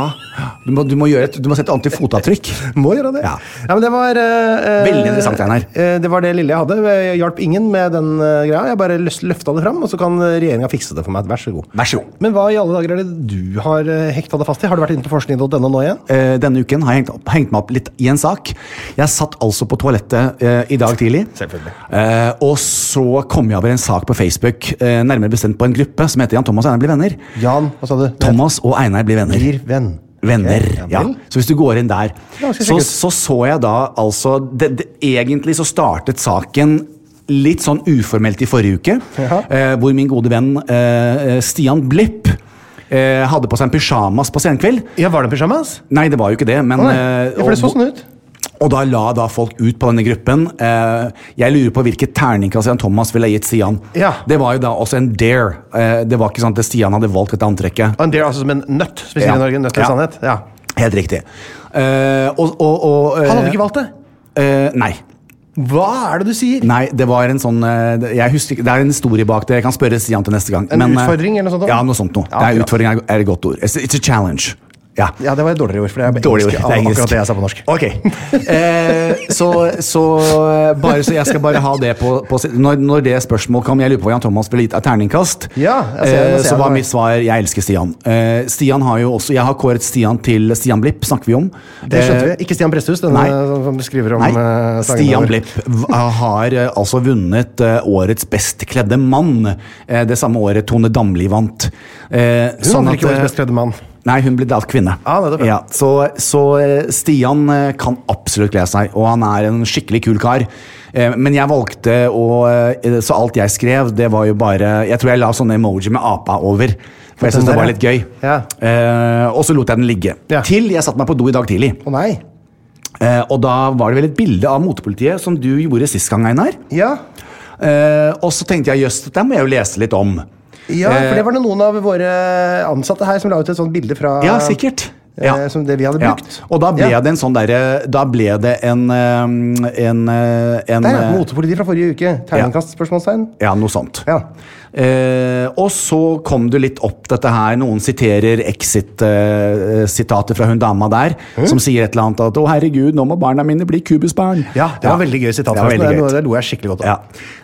Speaker 2: Du, må, du, må gjøre et, du må sette ordentlig fotavtrykk.
Speaker 1: må gjøre det.
Speaker 2: Ja.
Speaker 1: men det var eh, eh,
Speaker 2: Veldig interessant, Einar.
Speaker 1: eh, Det var det lille jeg hadde. Jeg hjalp ingen med den eh, greia. Jeg bare løs- løfta det fram, og så kan regjeringa fikse det for meg. Vær så god.
Speaker 2: Vær så god.
Speaker 1: Men hva i alle dager er det du har eh, hekta deg fast i? Har du vært inne på forskning.no nå igjen?
Speaker 2: Eh, denne uken har jeg hengt, opp, hengt meg opp litt i en sak. Jeg satt altså på toalettet eh, i dag tidlig. Eh, og så kom jeg over en sak på Facebook, eh, nærmere bestemt på en gruppe som heter Jan Thomas og Einar blir venner.
Speaker 1: Jan, hva sa du?
Speaker 2: Thomas og Einar blir venner.
Speaker 1: Blir venn.
Speaker 2: Venner,
Speaker 1: Ok, ja
Speaker 2: ja.
Speaker 1: vel.
Speaker 2: Så hvis du går inn der,
Speaker 1: Ja, skal jeg
Speaker 2: så,
Speaker 1: sjekke ut.
Speaker 2: så så jeg da altså det, det, Egentlig så startet saken litt sånn uformelt i forrige uke,
Speaker 1: Jaha.
Speaker 2: eh, hvor min gode venn eh, Stian Blipp eh, hadde på seg en pysjamas på senkveld.
Speaker 1: Ja, var det pyjamas?
Speaker 2: Nei, det var jo ikke det, men
Speaker 1: Å, Nei.
Speaker 2: eh,
Speaker 1: Ja, for det så
Speaker 2: og-
Speaker 1: sånn ut.
Speaker 2: og da la da folk ut på denne gruppen. Eh, jeg lurer på hvilket terningkast Jan Thomas ville gitt Stian.
Speaker 1: Ja.
Speaker 2: Det var jo da også en dare. Eh, det var ikke sånn at Stian hadde valgt dette antrekket.
Speaker 1: Og en del altså som en nøtt, som vi sier
Speaker 2: Ja.
Speaker 1: i Norge. Nøtt eller
Speaker 2: Ja.
Speaker 1: sannhet. Ja.
Speaker 2: Helt riktig. Eh, og, og, og eh,
Speaker 1: Han hadde ikke valgt det.
Speaker 2: eh, Nei.
Speaker 1: Hva er det du sier?
Speaker 2: Nei, det var en sånn eh, det- jeg husker, ikke- Det er en historie bak det. Jeg kan spørre Stian til neste gang.
Speaker 1: En
Speaker 2: Men, eh,
Speaker 1: utfordring eller noe sånt da?
Speaker 2: Ja, noe sånt noe.
Speaker 1: Ja,
Speaker 2: det er,
Speaker 1: ja.
Speaker 2: utfordring er, er et godt ord. It's, it's a challenge. Ja.
Speaker 1: Ja, det var et dårligere ord. for det er
Speaker 2: Dårlig ord.
Speaker 1: engelsk,
Speaker 2: Det er engelsk.
Speaker 1: Akkurat det jeg sa på norsk.
Speaker 2: Ok. Eh, så så, eh, bare, så jeg skal bare ha det på, på si- når, når det spørsmålet kom Jeg lurer på hva Jan Thomas ville gitt av terningkast.
Speaker 1: Ja, jeg ser det, jeg
Speaker 2: eh,
Speaker 1: ser
Speaker 2: så
Speaker 1: det.
Speaker 2: var mitt svar Jeg elsker Stian. Eh, Stian har jo også Jeg har kåret Stian til Stian Blipp, snakker vi om.
Speaker 1: Det
Speaker 2: Eh,
Speaker 1: skjønte vi. Ikke Stian Presthus, denne
Speaker 2: nei.
Speaker 1: som- som skriver om
Speaker 2: Nei,
Speaker 1: eh, sangene
Speaker 2: Stian
Speaker 1: våre.
Speaker 2: Blipp v- har eh, altså vunnet eh, årets best kledde mann. eh, Det samme året Tone Damli vant. Eh,
Speaker 1: Hun
Speaker 2: sånn
Speaker 1: andre
Speaker 2: at,
Speaker 1: ikke
Speaker 2: eh,
Speaker 1: årets best kledde mann.
Speaker 2: Nei, hun ble dalt kvinne.
Speaker 1: Ah, nettopp, ja.
Speaker 2: ja, så, så eh, Stian eh, kan absolutt glede seg, og han er en skikkelig kul kar. Eh, Men jeg valgte å eh, Så alt jeg skrev, det var jo bare Jeg tror jeg la sånne emoji med apa over. For
Speaker 1: Den
Speaker 2: jeg syns det
Speaker 1: der,
Speaker 2: var
Speaker 1: ja.
Speaker 2: litt gøy.
Speaker 1: Ja.
Speaker 2: Eh, og så lot jeg den ligge.
Speaker 1: Ja.
Speaker 2: Til jeg satte meg på do i dag tidlig.
Speaker 1: Å nei.
Speaker 2: Eh, og da var det vel et bilde av motepolitiet som du gjorde sist gang, Einar.
Speaker 1: Ja.
Speaker 2: Eh, og så tenkte jeg jøss, dette må jeg jo lese litt om.
Speaker 1: ja, for det var det noen av våre ansatte her som la ut et sånt bilde fra
Speaker 2: Ja, sikkert.
Speaker 1: eh,
Speaker 2: Ja.
Speaker 1: Som det vi hadde
Speaker 2: Ja.
Speaker 1: brukt.
Speaker 2: Og da ble
Speaker 1: Ja.
Speaker 2: det en sånn derre Da ble det en eh, en, eh, en
Speaker 1: Der, ja.
Speaker 2: eh,
Speaker 1: Motepoliti fra forrige uke. Terningkast? Spørsmålstegn.
Speaker 2: ja, noe sånt.
Speaker 1: Ja.
Speaker 2: Eh, og så kom du litt opp dette her. Noen siterer Exit-sitater fra hun dama der, som sier et eller annet at 'Å, herregud, nå må barna mine bli kubusbarn'.
Speaker 1: ja, det var veldig gøy sitat.
Speaker 2: Det var
Speaker 1: forresten.
Speaker 2: veldig
Speaker 1: Det,
Speaker 2: gøy.
Speaker 1: det lo jeg skikkelig godt av.
Speaker 2: Ja.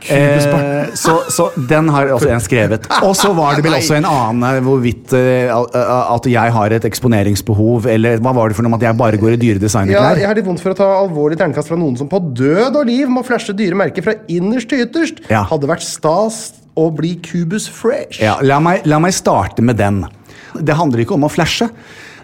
Speaker 1: Kubusbarn.
Speaker 2: Eh, så, så den har også en skrevet. Og så var det vel også en annen eh, hvorvidt eh, al- eh, at jeg har et eksponeringsbehov, eller hva var det for noe med at jeg bare går i dyre
Speaker 1: Ja, jeg
Speaker 2: designerklær?
Speaker 1: har litt vondt for å ta alvorlig terningkast fra noen som på død og liv må flashe dyre merker fra innerst til ytterst.
Speaker 2: Ja.
Speaker 1: Hadde vært stas å bli Cubus fresh.
Speaker 2: Ja, la, meg- la meg starte med den. Det handler ikke om å flashe.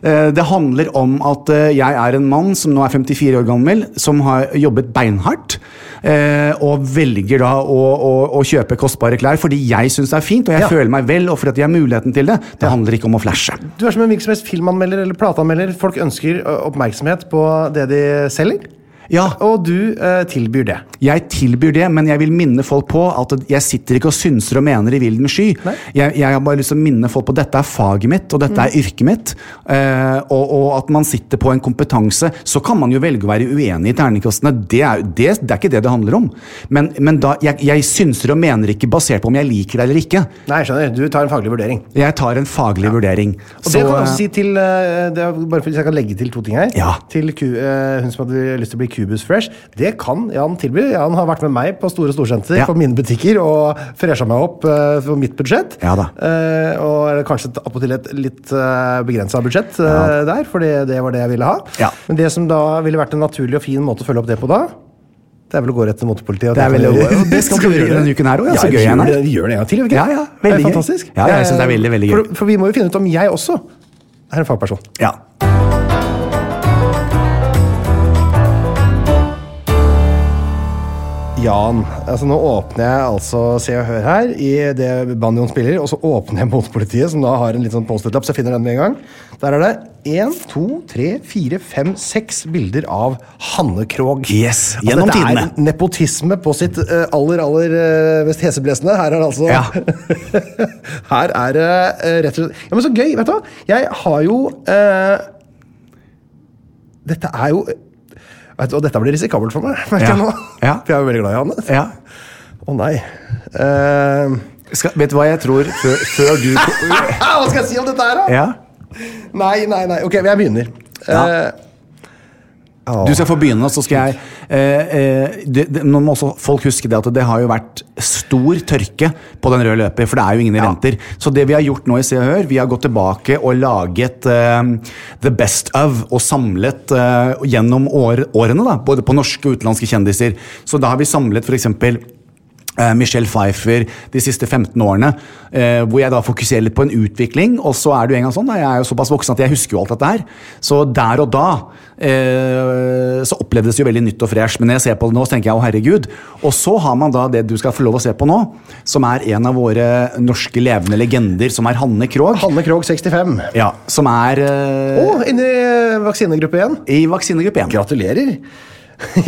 Speaker 2: Eh, Det handler om at eh, jeg er en mann som nå er 54 år gammel, som har jobbet beinhardt, eh, og velger da å, å, å kjøpe kostbare klær fordi jeg syns det er fint, og jeg
Speaker 1: Ja.
Speaker 2: føler meg vel, og fordi at jeg har muligheten til det. Det handler ikke om å flashe.
Speaker 1: Du er som en hvilken som helst filmanmelder eller plateanmelder. Folk ønsker ø, oppmerksomhet på det de selger,
Speaker 2: Ja,
Speaker 1: og du ø, tilbyr det.
Speaker 2: Jeg tilbyr det, men jeg vil minne folk på at jeg sitter ikke og synser og mener i vilden sky.
Speaker 1: Nei. Mm.
Speaker 2: Jeg, jeg har bare lyst til å minne folk på at dette er faget mitt, og dette er yrket mitt. Eh, og, og at man sitter på en kompetanse. Så kan man jo velge å være uenig i terningkastene. Det er, det, det er ikke det det handler om. Men, men da, jeg, jeg synser og mener ikke basert på om jeg liker det eller ikke.
Speaker 1: Nei, jeg skjønner. Du tar en faglig vurdering.
Speaker 2: Jeg tar en faglig vurdering.
Speaker 1: Og det kan jeg
Speaker 2: eh,
Speaker 1: også si til eh, det er Bare for hvis jeg kan legge til to ting her.
Speaker 2: Ja.
Speaker 1: Til ku, eh, hun som hadde lyst til å bli Cubus Fresh. Det kan Jan tilby. Jan har vært med meg på Store Storsenter
Speaker 2: Ja.
Speaker 1: på mine butikker og fresha meg opp eh, for mitt budsjett.
Speaker 2: Ja da.
Speaker 1: Eh, og er det kanskje et- attpåtil et litt uh, begrensa budsjett eh,
Speaker 2: Ja.
Speaker 1: der, for det, det var det jeg ville ha.
Speaker 2: Ja.
Speaker 1: Men det som da ville vært en naturlig og fin måte å følge opp det på da, det er vel å gå rett til motepolitiet. og
Speaker 2: Det er
Speaker 1: tenke-
Speaker 2: vel å- og det skal vi gjøre denne uken her også, ja, så
Speaker 1: vi
Speaker 2: gøy igjen
Speaker 1: gjør
Speaker 2: her.
Speaker 1: det- Vi gjør det en gang til, gjør vi ikke?
Speaker 2: Ja, ja,
Speaker 1: Det
Speaker 2: veldig
Speaker 1: er
Speaker 2: gøy.
Speaker 1: fantastisk.
Speaker 2: Ja, ja, jeg synes det er veldig, veldig gøy.
Speaker 1: For, for vi må jo finne ut om jeg også er en fagperson.
Speaker 2: Ja.
Speaker 1: Jan, altså nå åpner jeg altså Se og Hør her i det banjoen spiller, og så åpner jeg Motepolitiet, som da har en litt sånn Post-It-lapp, så jeg finner den med en gang. Der er det én, to, tre, fire, fem, seks bilder av Hanne Krogh.
Speaker 2: Yes, gjennom
Speaker 1: dette
Speaker 2: tidene.
Speaker 1: er nepotisme på sitt eh, aller, aller eh, mest heseblesende. Her er det altså
Speaker 2: Ja.
Speaker 1: Her er det eh, rett og slett Ja, men så gøy, vet du hva! Jeg har jo eh, Dette er jo Vet du, og dette blir risikabelt for meg, merker
Speaker 2: Ja.
Speaker 1: jeg nå.
Speaker 2: Ja.
Speaker 1: For jeg er jo veldig glad i Hanne.
Speaker 2: ja.
Speaker 1: Å nei. Eh,
Speaker 2: Skal, vet du hva jeg tror før, før du
Speaker 1: Hva skal jeg si om dette her, da?
Speaker 2: Ja?
Speaker 1: Nei, nei, nei. Ok, jeg begynner.
Speaker 2: Ja.
Speaker 1: Eh,
Speaker 2: Du skal få begynne, og så skal jeg eh, eh, det, det, Nå må også folk huske det at det har jo vært stor tørke på den røde løper, for det er jo ingen renter. Så det vi har gjort nå i Se og Hør, vi har gått tilbake og laget eh, The Best of og samlet eh, gjennom år, årene, da, både på norske og utenlandske kjendiser. Så da har vi samlet f.eks. eh, Michelle Pfeiffer de siste 15 årene, eh, hvor jeg da fokuserer litt på en utvikling. Og så er det jo en gang sånn, da, jeg er jo såpass voksen at jeg husker jo alt dette her. Så der og da eh, så opplevdes det jo veldig nytt og fresh. Men når jeg ser på det nå, så tenker jeg å herregud. Og så har man da det du skal få lov å se på nå, som er en av våre norske levende legender, som er Hanne Krogh.
Speaker 1: Hanne Krogh, 65. Å,
Speaker 2: Ja, som er eh,
Speaker 1: inne i vaksinegruppe igjen.
Speaker 2: i vaksinegruppe 1.
Speaker 1: Gratulerer.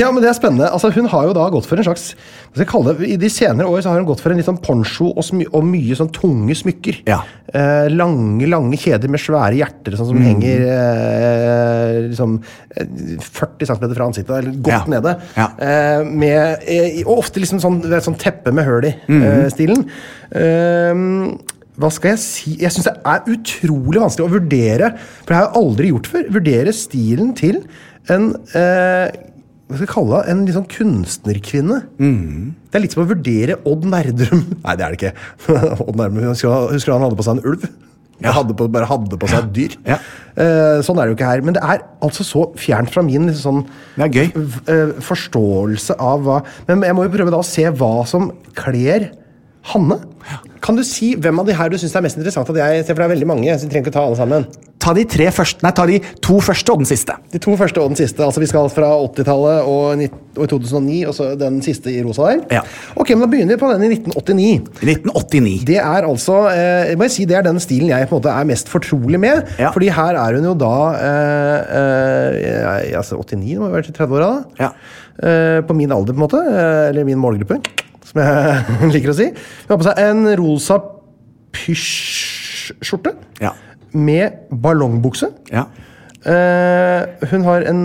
Speaker 1: Ja, men det er spennende. Altså, hun har jo da gått for en slags hva skal jeg kalle det, I de senere år så har hun gått for en litt sånn poncho og, smy og mye sånn tunge smykker.
Speaker 2: Ja.
Speaker 1: Eh, lange, lange kjeder med svære hjerter sånn
Speaker 2: Mm.
Speaker 1: som henger eh, liksom eh, 40 cm fra ansiktet, eller godt
Speaker 2: Ja.
Speaker 1: nede.
Speaker 2: Ja.
Speaker 1: Eh, med, eh, og ofte liksom sånn, du vet, sånn teppe med høl i. eh,
Speaker 2: Mhm.
Speaker 1: stilen. Eh, hva skal jeg si Jeg syns det er utrolig vanskelig å vurdere, for det har jeg aldri gjort før, vurdere stilen til en eh, hva skal jeg kalle det? En litt sånn kunstnerkvinne.
Speaker 2: Mhm.
Speaker 1: Det er litt som å vurdere Odd Nerdrum Nei, det er det ikke. Odd Nerdrum, Husker du husker du han hadde på seg en ulv? Han Hadde på, bare hadde på seg et dyr.
Speaker 2: Ja.
Speaker 1: Eh, sånn er det jo ikke her. Men det er altså så fjernt fra min liksom, sånn,
Speaker 2: Det er gøy.
Speaker 1: v- eh, forståelse av hva Men jeg må jo prøve da å se hva som kler Hanne. Kan du si hvem av de her du syns er mest interessant? At jeg, ser, for det er veldig mange, så vi trenger ikke ta alle sammen.
Speaker 2: Ta de tre første, nei, ta de to første og den siste.
Speaker 1: De to første og den siste. altså Vi skal fra 80-tallet og, nitt- og 2009, og så den siste i rosa der.
Speaker 2: Ja.
Speaker 1: Ok, men Da begynner vi på den i 1989.
Speaker 2: 1989.
Speaker 1: Det er altså, eh, jeg må si det er den stilen jeg på en måte er mest fortrolig med.
Speaker 2: Ja.
Speaker 1: fordi her er hun jo da eh, eh, altså 89, må ha vært i 30-åra. da.
Speaker 2: Ja.
Speaker 1: Eh, på min alder, på en måte. Eh, eller min målgruppe, som jeg liker å si. Hun har på seg en rosa pysjskjorte
Speaker 2: Ja.
Speaker 1: med ballongbukse.
Speaker 2: Ja.
Speaker 1: Eh, hun har en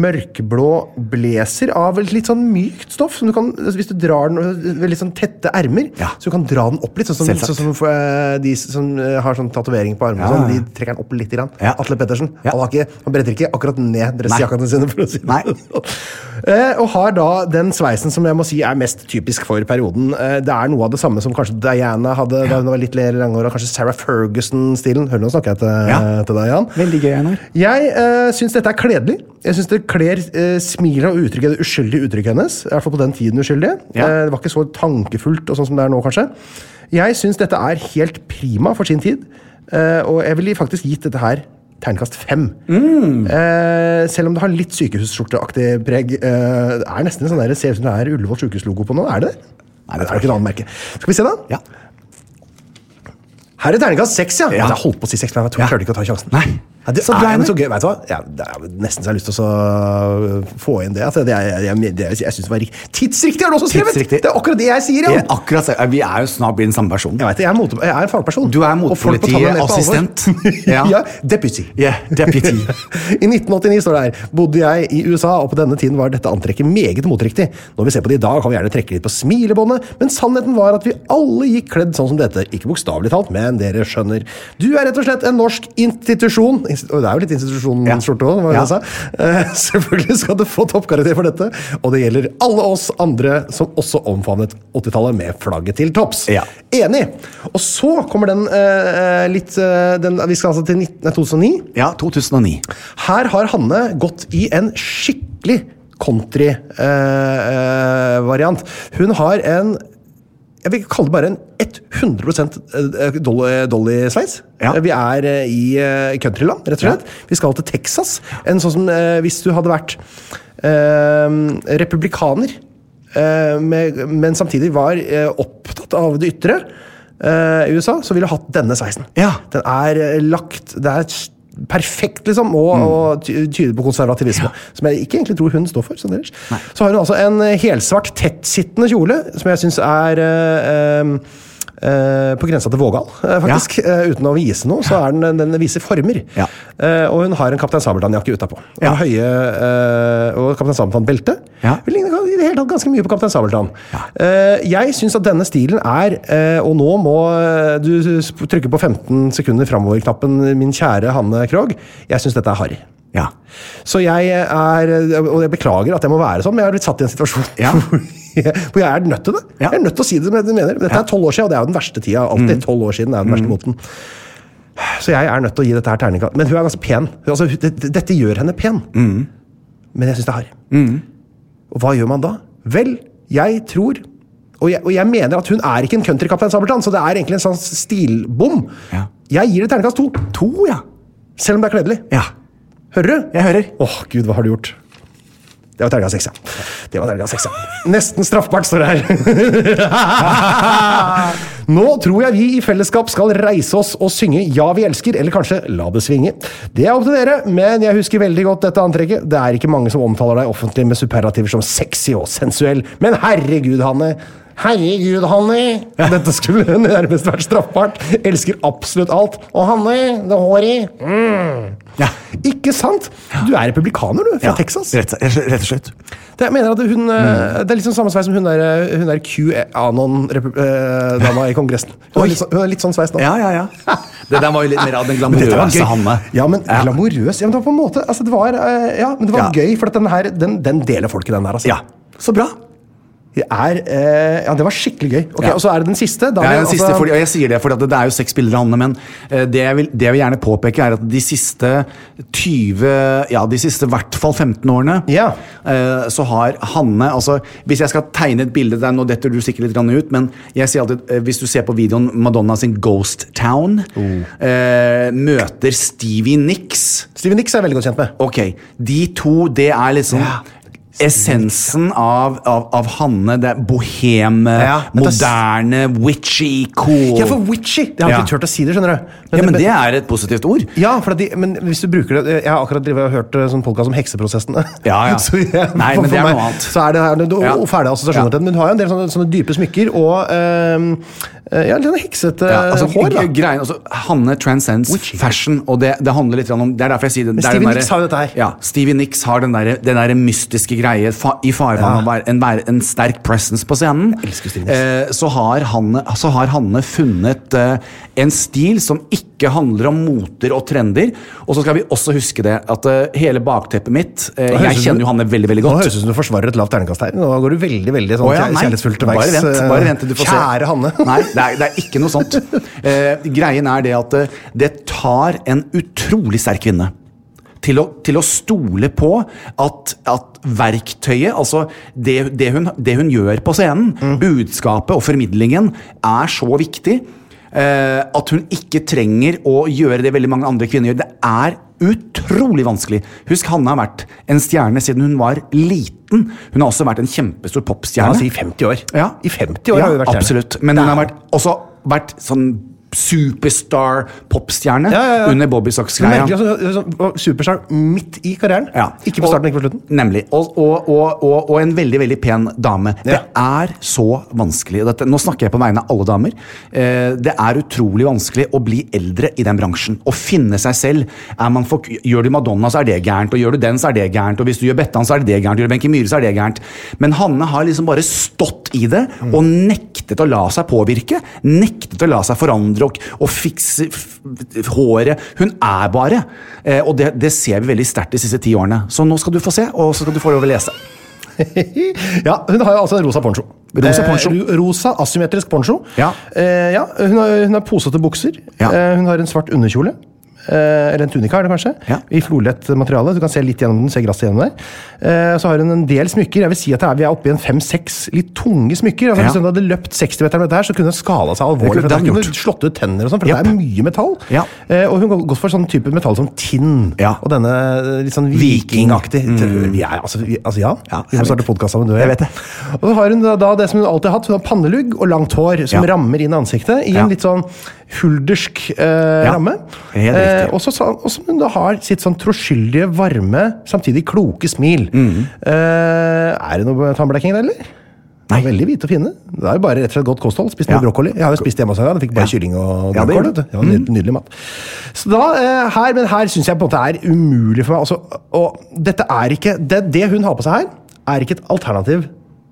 Speaker 1: mørkblå blazer av litt sånn mykt stoff. Som du kan, altså hvis du drar den ved litt sånn tette ermer,
Speaker 2: Ja.
Speaker 1: så du kan dra den opp litt. Sånn som,
Speaker 2: Selvsagt.
Speaker 1: sånn som eh, de som eh, har sånn tatovering på armene,
Speaker 2: Ja,
Speaker 1: og sånn,
Speaker 2: ja.
Speaker 1: de trekker den opp litt. Grann.
Speaker 2: Ja.
Speaker 1: Atle Pettersen.
Speaker 2: Ja.
Speaker 1: Han, har ikke, han bretter ikke akkurat ned dressjakkene sine. For å si det.
Speaker 2: Nei.
Speaker 1: sånn. Eh, og har da den sveisen som jeg må si er mest typisk for perioden. Eh, det er noe av det samme som kanskje Diana hadde da hun var litt langere, kanskje Sarah Ferguson-stilen. Hør, nå snakker jeg til,
Speaker 2: Ja.
Speaker 1: til deg, Jan.
Speaker 2: Veldig gøy, Einar.
Speaker 1: sånn. Jeg uh, syns dette er kledelig. Jeg syns det kler uh, smilet og uttrykket, det uskyldige uttrykket hennes. I hvert fall på den tiden uskyldig.
Speaker 2: Ja.
Speaker 1: Eh, det var ikke så tankefullt og sånn som det er nå, kanskje. Jeg syns dette er helt prima for sin tid, eh, og jeg ville faktisk gitt dette her terningkast fem.
Speaker 2: Mm.
Speaker 1: Eh, selv om det har litt sykehusskjorteaktig preg. Eh, det er nesten en sånn der, ser ut som det er Ullevål sykehuslogo på nå. Er det det? Nei, det er ikke et annet merke. Skal vi se, da?
Speaker 2: Ja.
Speaker 1: Her er terningkast seks, ja. Altså,
Speaker 2: Ja.
Speaker 1: Jeg holdt på å si seks, men jeg tror jeg
Speaker 2: Ja.
Speaker 1: klarte ikke å ta sjansen.
Speaker 2: Nei.
Speaker 1: Ja, det
Speaker 2: Så
Speaker 1: er
Speaker 2: blei
Speaker 1: en
Speaker 2: det.
Speaker 1: så gøy, vet du hva? Ja, det er nesten så jeg har lyst til å så- få inn det. At det, jeg, jeg, det, jeg synes det var riktig. Tidsriktig har du også skrevet!
Speaker 2: Tidsriktig.
Speaker 1: Det er akkurat det jeg sier,
Speaker 2: Vi
Speaker 1: ja.
Speaker 2: er, akkurat, sa- vi er jo snart blitt den samme personen.
Speaker 1: Jeg vet det, jeg er, mot, jeg er en fagperson.
Speaker 2: Du er
Speaker 1: Og folk må ta meg mer på alvor.
Speaker 2: motpolitiassistent.
Speaker 1: ja.
Speaker 2: Ja.
Speaker 1: deputy.
Speaker 2: Yeah, deputy.
Speaker 1: I 1989 står det her, bodde jeg i USA, og på denne tiden var dette antrekket meget motriktig. Når vi ser på det i dag, kan vi gjerne trekke litt på smilebåndet, men sannheten var at vi alle gikk kledd sånn som dette. Ikke bokstavelig talt, men dere skjønner. Du er rett og slett en norsk institusjon. Insti- Oi, Det er jo litt institusjonsskjorte òg, hva var det jeg
Speaker 2: Ja.
Speaker 1: sa? Eh, selvfølgelig skal du få toppkarakter for dette, og det gjelder alle oss andre som også omfavnet 80-tallet med flagget til topps.
Speaker 2: Ja.
Speaker 1: Enig! Og så kommer den eh, eh, litt eh, den, Vi skal altså til 19, nei, 2009.
Speaker 2: Ja, 2009.
Speaker 1: Her har Hanne gått i en skikkelig country-variant. Hun har en jeg vil kalle det bare en eh, 100 dolly- dolly-sveis.
Speaker 2: Ja.
Speaker 1: Vi er eh, i eh, countryland, rett og slett. Vi skal til Texas. En sånn som eh, hvis du hadde vært eh, republikaner, eh, med, men samtidig var eh, opptatt av det ytre eh, i USA, så ville du hatt denne sveisen.
Speaker 2: Ja.
Speaker 1: Den er eh, lagt Det er s- perfekt, liksom, og,
Speaker 2: Mm.
Speaker 1: og ty- tyder på konservativisme. Som jeg ikke egentlig tror hun står for. Sånn ellers. Så har hun altså en eh, helsvart, tettsittende kjole, som jeg syns er eh, em, eh, på grensa til vågal, eh, faktisk. Eh, uten å vise noe, så er den, den viser former.
Speaker 2: Ja.
Speaker 1: Eh, og hun har en Kaptein Sabeltann-jakke utapå. Og,
Speaker 2: Ja.
Speaker 1: høye, eh, og Kaptein Sabeltann-belte.
Speaker 2: Ja.
Speaker 1: Vil ligner i det hele tatt ganske mye på Kaptein Sabeltann. Eh, jeg syns at denne stilen er eh, Og nå må eh, du sp- trykke på 15 sekunder framover-knappen, min kjære Hanne Krogh. Jeg syns dette er harry.
Speaker 2: Ja.
Speaker 1: Så jeg er Og jeg beklager at jeg må være sånn, men jeg har blitt satt i en situasjon
Speaker 2: Ja.
Speaker 1: hvor jeg hvor jeg er nødt til det.
Speaker 2: Ja. Mm.
Speaker 1: Jeg er nødt til å si det som jeg mener. Dette er tolv år siden, og det er jo den verste tida. Alltid tolv år siden er jo den verste moten. Så jeg er nødt til å gi dette her terningkast. Men hun er ganske pen. Hun- Altså, hun- det- dette gjør henne pen. Men jeg syns det er harry.
Speaker 2: Mm.
Speaker 1: Og hva gjør man da? Vel, jeg tror og jeg, og jeg mener at hun er ikke en countrykaptein Sabeltann, så det er egentlig en sånn stilbom.
Speaker 2: Ja.
Speaker 1: Jeg gir det terningkast to,
Speaker 2: To, ja.
Speaker 1: selv om det er kledelig.
Speaker 2: Ja.
Speaker 1: Hører du?
Speaker 2: Jeg hører.
Speaker 1: Åh, gud, hva har du gjort? Det var terningkast seks, ja. Det var terningkast seks, ja. Nesten straffbart, står det her. Nå tror jeg vi i fellesskap skal reise oss og synge Ja, vi elsker, eller kanskje La det svinge. Det er opp til dere, men jeg husker veldig godt dette antrekket. Det er ikke mange som omtaler deg offentlig med superlativer som sexy og sensuell, men herregud, Hanne. Herregud, Hanne! Dette skulle nærmest vært straffbart. Elsker absolutt alt. Og Hanne, det håret Mm.
Speaker 2: Ja.
Speaker 1: ikke sant? Du er republikaner, du, fra
Speaker 2: Ja.
Speaker 1: Texas. Det,
Speaker 2: Rett, rett og slett.
Speaker 1: jeg mener at hun,
Speaker 2: Mm.
Speaker 1: eh, det er liksom samme sveis som hun der, eh, hun der QAnon-dama i Kongressen. Hun
Speaker 2: Oi.
Speaker 1: har litt, sånn- hun har litt sånn sveis nå.
Speaker 2: Ja, ja, ja. Det der var jo litt mer av den
Speaker 1: Dette var gøy.
Speaker 2: glamorøse Hanne.
Speaker 1: Ja, men glamorøs. Ja, men det var på en måte altså, det var, eh, Ja, men det var
Speaker 2: Ja.
Speaker 1: gøy, for at den her, den, den deler folket, den der, altså.
Speaker 2: Ja. Så bra.
Speaker 1: Det er, eh, ja, det var skikkelig gøy. Ok,
Speaker 2: Ja.
Speaker 1: Og så er det den siste. Da
Speaker 2: Det er
Speaker 1: vil
Speaker 2: den
Speaker 1: jeg,
Speaker 2: siste,
Speaker 1: altså-
Speaker 2: fordi, og jeg sier det fordi at det er jo seks bilder av Hanne, men eh, det jeg, vil, det jeg vil gjerne påpeke, er at de siste 20 Ja, de siste i hvert fall 15 årene,
Speaker 1: Ja.
Speaker 2: eh, så har Hanne altså, Hvis jeg skal tegne et bilde der, nå detter du sikkert litt grann ut, men jeg sier alltid eh, hvis du ser på videoen Madonna sin Ghost Town,
Speaker 1: Oh.
Speaker 2: eh, møter Stevie Nicks
Speaker 1: Steven Nix er jeg veldig godt kjent med.
Speaker 2: Ok, de to, det er liksom Essensen av, av, av Hanne. Det er boheme,
Speaker 1: Ja, men det er s-
Speaker 2: moderne, witchy, cool.
Speaker 1: Ja, for witchy! Det har jeg ikke
Speaker 2: Ja.
Speaker 1: turt å si det, skjønner du.
Speaker 2: Ja, men det er et positivt ord.
Speaker 1: Ja, for at de, men hvis du bruker det Jeg har akkurat drevet og hørt eh, sånn podcast om hekseprosessene.
Speaker 2: Ja, ja.
Speaker 1: Så jeg-
Speaker 2: Nei,
Speaker 1: for-
Speaker 2: men det
Speaker 1: for
Speaker 2: er
Speaker 1: meg
Speaker 2: noe annet.
Speaker 1: Så er det her det,
Speaker 2: Ja.
Speaker 1: og ferdige assosiasjoner
Speaker 2: Ja.
Speaker 1: til den. Men hun har jo en del sånne, sånne dype smykker og ehm, eh, ja, litt sånn heksete
Speaker 2: Ja, altså,
Speaker 1: hår. da.
Speaker 2: g- greien, altså, Hanne transcends
Speaker 1: Witchy.
Speaker 2: fashion, og det, det handler litt grann om Det er derfor jeg sier det. det er
Speaker 1: Stevie
Speaker 2: den
Speaker 1: Nicks
Speaker 2: derre-
Speaker 1: har jo dette her.
Speaker 2: Ja, Stevie Nicks har den derre den derre mystiske greie fa, i farvannet av å være en, være en sterk presence på scenen.
Speaker 1: elsker Stevie
Speaker 2: Eh, så, har Hanne, så har Hanne funnet eh, en stil som ikke handler om moter og trender. Og så skal vi også huske det at eh, hele bakteppet mitt eh,
Speaker 1: Nå høres
Speaker 2: Jeg
Speaker 1: det ut som-
Speaker 2: kjenner jo Hanne veldig, veldig
Speaker 1: Nå
Speaker 2: godt.
Speaker 1: høres det ut som du forsvarer et lavt terningkast her. Nå går du veldig veldig sånn
Speaker 2: Å ja,
Speaker 1: kjær-
Speaker 2: nei.
Speaker 1: kjærlighetsfullt til verks.
Speaker 2: Bare vent,
Speaker 1: eh,
Speaker 2: bare vent til du får se.
Speaker 1: Kjære Hanne.
Speaker 2: Nei, det er, det er ikke noe sånt. Eh, greien er det at eh, det tar en utrolig sterk kvinne til å, til å stole på at, at verktøyet, altså det,
Speaker 1: Mm.
Speaker 2: det, hun, det hun gjør på scenen, budskapet og formidlingen, er så viktig. eh, eh, at hun ikke trenger å gjøre det veldig mange andre kvinner gjør. Det er utrolig vanskelig. Husk, Hanne har vært en stjerne siden hun var liten. Hun har også vært en kjempestor popstjerne.
Speaker 1: Ja, altså i 50 år.
Speaker 2: Ja.
Speaker 1: I 50 år
Speaker 2: ja,
Speaker 1: har hun vært stjerne.
Speaker 2: Absolutt. Men hun har vært, også vært sånn superstar-popstjerne under Bobby
Speaker 1: Men
Speaker 2: Socks-greia.
Speaker 1: merkelig, altså, altså, Superstar midt i karrieren.
Speaker 2: Ja.
Speaker 1: Ikke på starten, ikke på slutten.
Speaker 2: Nemlig. Og, og, og, og, og en veldig veldig pen dame. Det er så vanskelig. og Dette, nå snakker jeg på vegne av alle damer. Eh, det er utrolig vanskelig å bli eldre i den bransjen. Å finne seg selv. Er man for, gjør du Madonna, så er det gærent. Og gjør du den, så er det gærent. Og hvis du gjør Bettan, så er det det gærent. Gjør du Wenche Myhre, så er det gærent. Men Hanne har liksom bare stått i det og nektet å la seg påvirke. Nektet å la seg forandre og, og fikse f f håret. Hun er bare. Eh, og det, det ser vi veldig sterkt de siste ti årene. Så nå skal du få se, og så skal du få lov å lese.
Speaker 1: Ja, hun har jo altså en rosa poncho.
Speaker 2: Rosa poncho.
Speaker 1: Eh, ro- rosa asymmetrisk poncho.
Speaker 2: Ja.
Speaker 1: Eh, ja hun, har, hun har posete bukser.
Speaker 2: Ja.
Speaker 1: Eh, hun har en svart underkjole. Eh, eller en tunika, er det kanskje.
Speaker 2: Ja.
Speaker 1: I florlett materiale. Du kan se litt gjennom den, se gresset gjennom der. Eh, så har hun en del smykker. Jeg vil si at det er, Vi er oppe i en fem-seks litt tunge smykker. Altså,
Speaker 2: Ja.
Speaker 1: Hvis hun hadde løpt 60 meter med dette, her, så kunne hun skada seg
Speaker 2: Det kunne-
Speaker 1: alvorlig. for
Speaker 2: det hadde
Speaker 1: Hun
Speaker 2: hun
Speaker 1: kunne slått ut tenner og sånn, for
Speaker 2: Japp.
Speaker 1: det er mye metall.
Speaker 2: Ja.
Speaker 1: Eh, og hun har gått for sånn type metall som tinn.
Speaker 2: Ja.
Speaker 1: Og denne eh, litt sånn
Speaker 2: Viking.
Speaker 1: vikingaktig. Vi er- altså, vi, altså, ja.
Speaker 2: Mm.
Speaker 1: vi
Speaker 2: Ja,
Speaker 1: må
Speaker 2: jeg vet.
Speaker 1: starte podkast sammen, du og
Speaker 2: Jeg vet det.
Speaker 1: Og så har hun da, da det som hun alltid har hatt, hun har pannelugg og langt hår som
Speaker 2: Ja.
Speaker 1: rammer inn i ansiktet i
Speaker 2: Ja.
Speaker 1: en litt sånn huldersk eh,
Speaker 2: Ja.
Speaker 1: ramme. Eh,
Speaker 2: Helt riktig.
Speaker 1: og så sa- og som hun da har sitt sånn troskyldige, varme, samtidig kloke smil.
Speaker 2: Mm.
Speaker 1: Eh, er det noe tannbleking der, eller?
Speaker 2: Nei.
Speaker 1: Veldig hvite og fine. Det er jo bare rett og slett godt kosthold. Spist mye
Speaker 2: Ja.
Speaker 1: brokkoli. Jeg har jo spist hjemme hos henne. Jeg fikk bare
Speaker 2: Ja.
Speaker 1: kylling og
Speaker 2: Ja, det gjør
Speaker 1: grønnkål. vet
Speaker 2: du. Mm.
Speaker 1: du. Det var nydelig, nydelig mat. Så da, eh, her, Men her syns jeg på en måte er umulig for meg. Altså, og dette er ikke, det, det hun har på seg her, er ikke et alternativ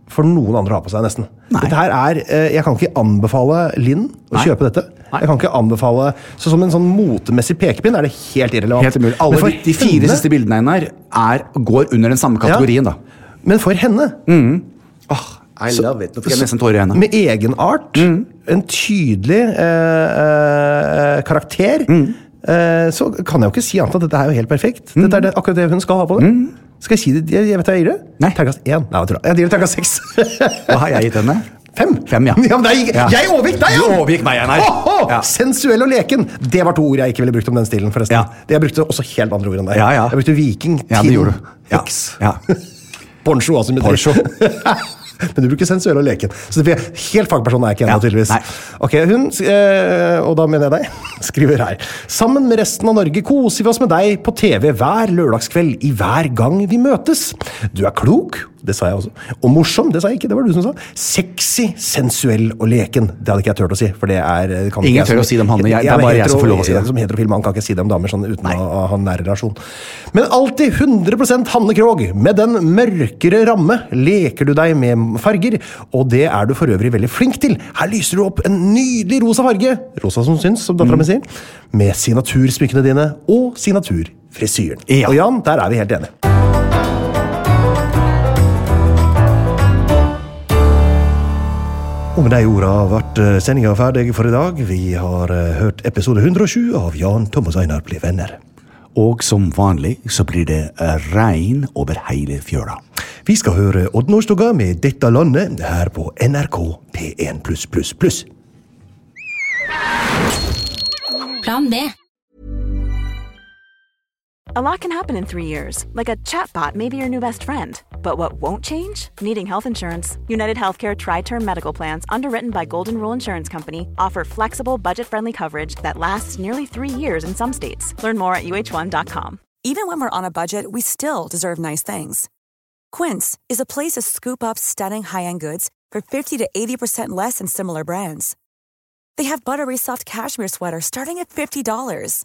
Speaker 1: for noen andre å ha på seg, nesten.
Speaker 2: Nei.
Speaker 1: Dette her er, eh, Jeg kan ikke anbefale Linn å
Speaker 2: Nei.
Speaker 1: kjøpe dette.
Speaker 2: Nei.
Speaker 1: Jeg kan ikke anbefale, så Som en sånn motemessig pekepinn er det helt irrelevant.
Speaker 2: Helt umulig.
Speaker 1: Men
Speaker 2: Alle
Speaker 1: for
Speaker 2: de, de fire
Speaker 1: henne-
Speaker 2: siste bildene Einar, er, går under den samme kategorien, da.
Speaker 1: Men for henne
Speaker 2: Mm.
Speaker 1: Ah,
Speaker 2: I love it. Nå fikk jeg nesten tårer i øynene. Mm.
Speaker 1: Med egenart, en tydelig eh, eh, karakter,
Speaker 2: Mm.
Speaker 1: eh, så kan jeg jo ikke si annet enn at dette er jo helt perfekt. Dette er det, akkurat det hun skal ha på det. Skal jeg si det? Jeg, jeg vet hva jeg gir det.
Speaker 2: Mm. Nei.
Speaker 1: Terningkast én. Nei, jeg tror jeg gir det terningkast seks.
Speaker 2: Hva har jeg gitt henne?
Speaker 1: Fem.
Speaker 2: Fem, ja.
Speaker 1: men der gikk-
Speaker 2: Ja.
Speaker 1: Jeg overgikk deg,
Speaker 2: Du overgikk meg, Einar.
Speaker 1: Åhå!
Speaker 2: Ja.
Speaker 1: Sensuell og leken. Det var to ord jeg ikke ville brukt om den stilen. forresten.
Speaker 2: Ja.
Speaker 1: Det Jeg brukte også helt andre ord enn deg.
Speaker 2: Ja, ja.
Speaker 1: Jeg brukte viking,
Speaker 2: Ja, det
Speaker 1: tinn,
Speaker 2: gjorde du. Ja.
Speaker 1: heks.
Speaker 2: Ja.
Speaker 1: Poncho, altså. Med
Speaker 2: Poncho.
Speaker 1: Men du bruker sensuell og leken. Så det helt fagperson er jeg ikke ennå,
Speaker 2: Ja,
Speaker 1: tydeligvis.
Speaker 2: nei.
Speaker 1: Ok, hun, eh, og da mener jeg deg, skriver her. Sammen med resten av Norge koser vi oss med deg på TV hver lørdagskveld i hver gang vi møtes. Du er klok, det sa jeg også, og morsom, det sa jeg ikke, det var du som sa. Sexy, sensuell og leken. Det hadde ikke jeg turt å si, for det er kan
Speaker 2: Ingen
Speaker 1: ikke jeg
Speaker 2: tør å
Speaker 1: som-
Speaker 2: si det om han, jeg- det er
Speaker 1: Jeg
Speaker 2: bare jeg som
Speaker 1: hetero-
Speaker 2: får lov å si det.
Speaker 1: Som heterofil mann kan ikke si det om damer sånn uten å å ha en nær relasjon. Men alltid 100 Hanne Krogh. Med den mørkere ramme leker du deg med farger, og det er du for øvrig veldig flink til. Her lyser du opp en nydelig rosa farge, rosa som syns, som dattera mi sier, med signatursmykkene dine og signaturfrisyren.
Speaker 2: Ja.
Speaker 1: Og Jan, der er vi helt enige. Og med de orda ble sendinga ferdig for i dag. Vi har eh, hørt episode 107 av Jan Thomas Einar blir venner.
Speaker 2: Og som vanlig så blir det eh, regn over hele fjøla.
Speaker 1: Vi skal høre Odd Nordstoga med 'Dette landet' her på NRK P1+++.
Speaker 6: Plan B.
Speaker 7: A lot can happen in three years, like a chatbot may be your new best friend. But what won't change? Needing health insurance. United Healthcare Tri Term Medical Plans, underwritten by Golden Rule Insurance Company, offer flexible, budget friendly coverage that lasts nearly three years in some states. Learn more at uh1.com.
Speaker 4: Even when we're on a budget, we still deserve nice things. Quince is a place to scoop up stunning high end goods for 50 to 80% less than similar brands. They have buttery soft cashmere sweaters starting at $50,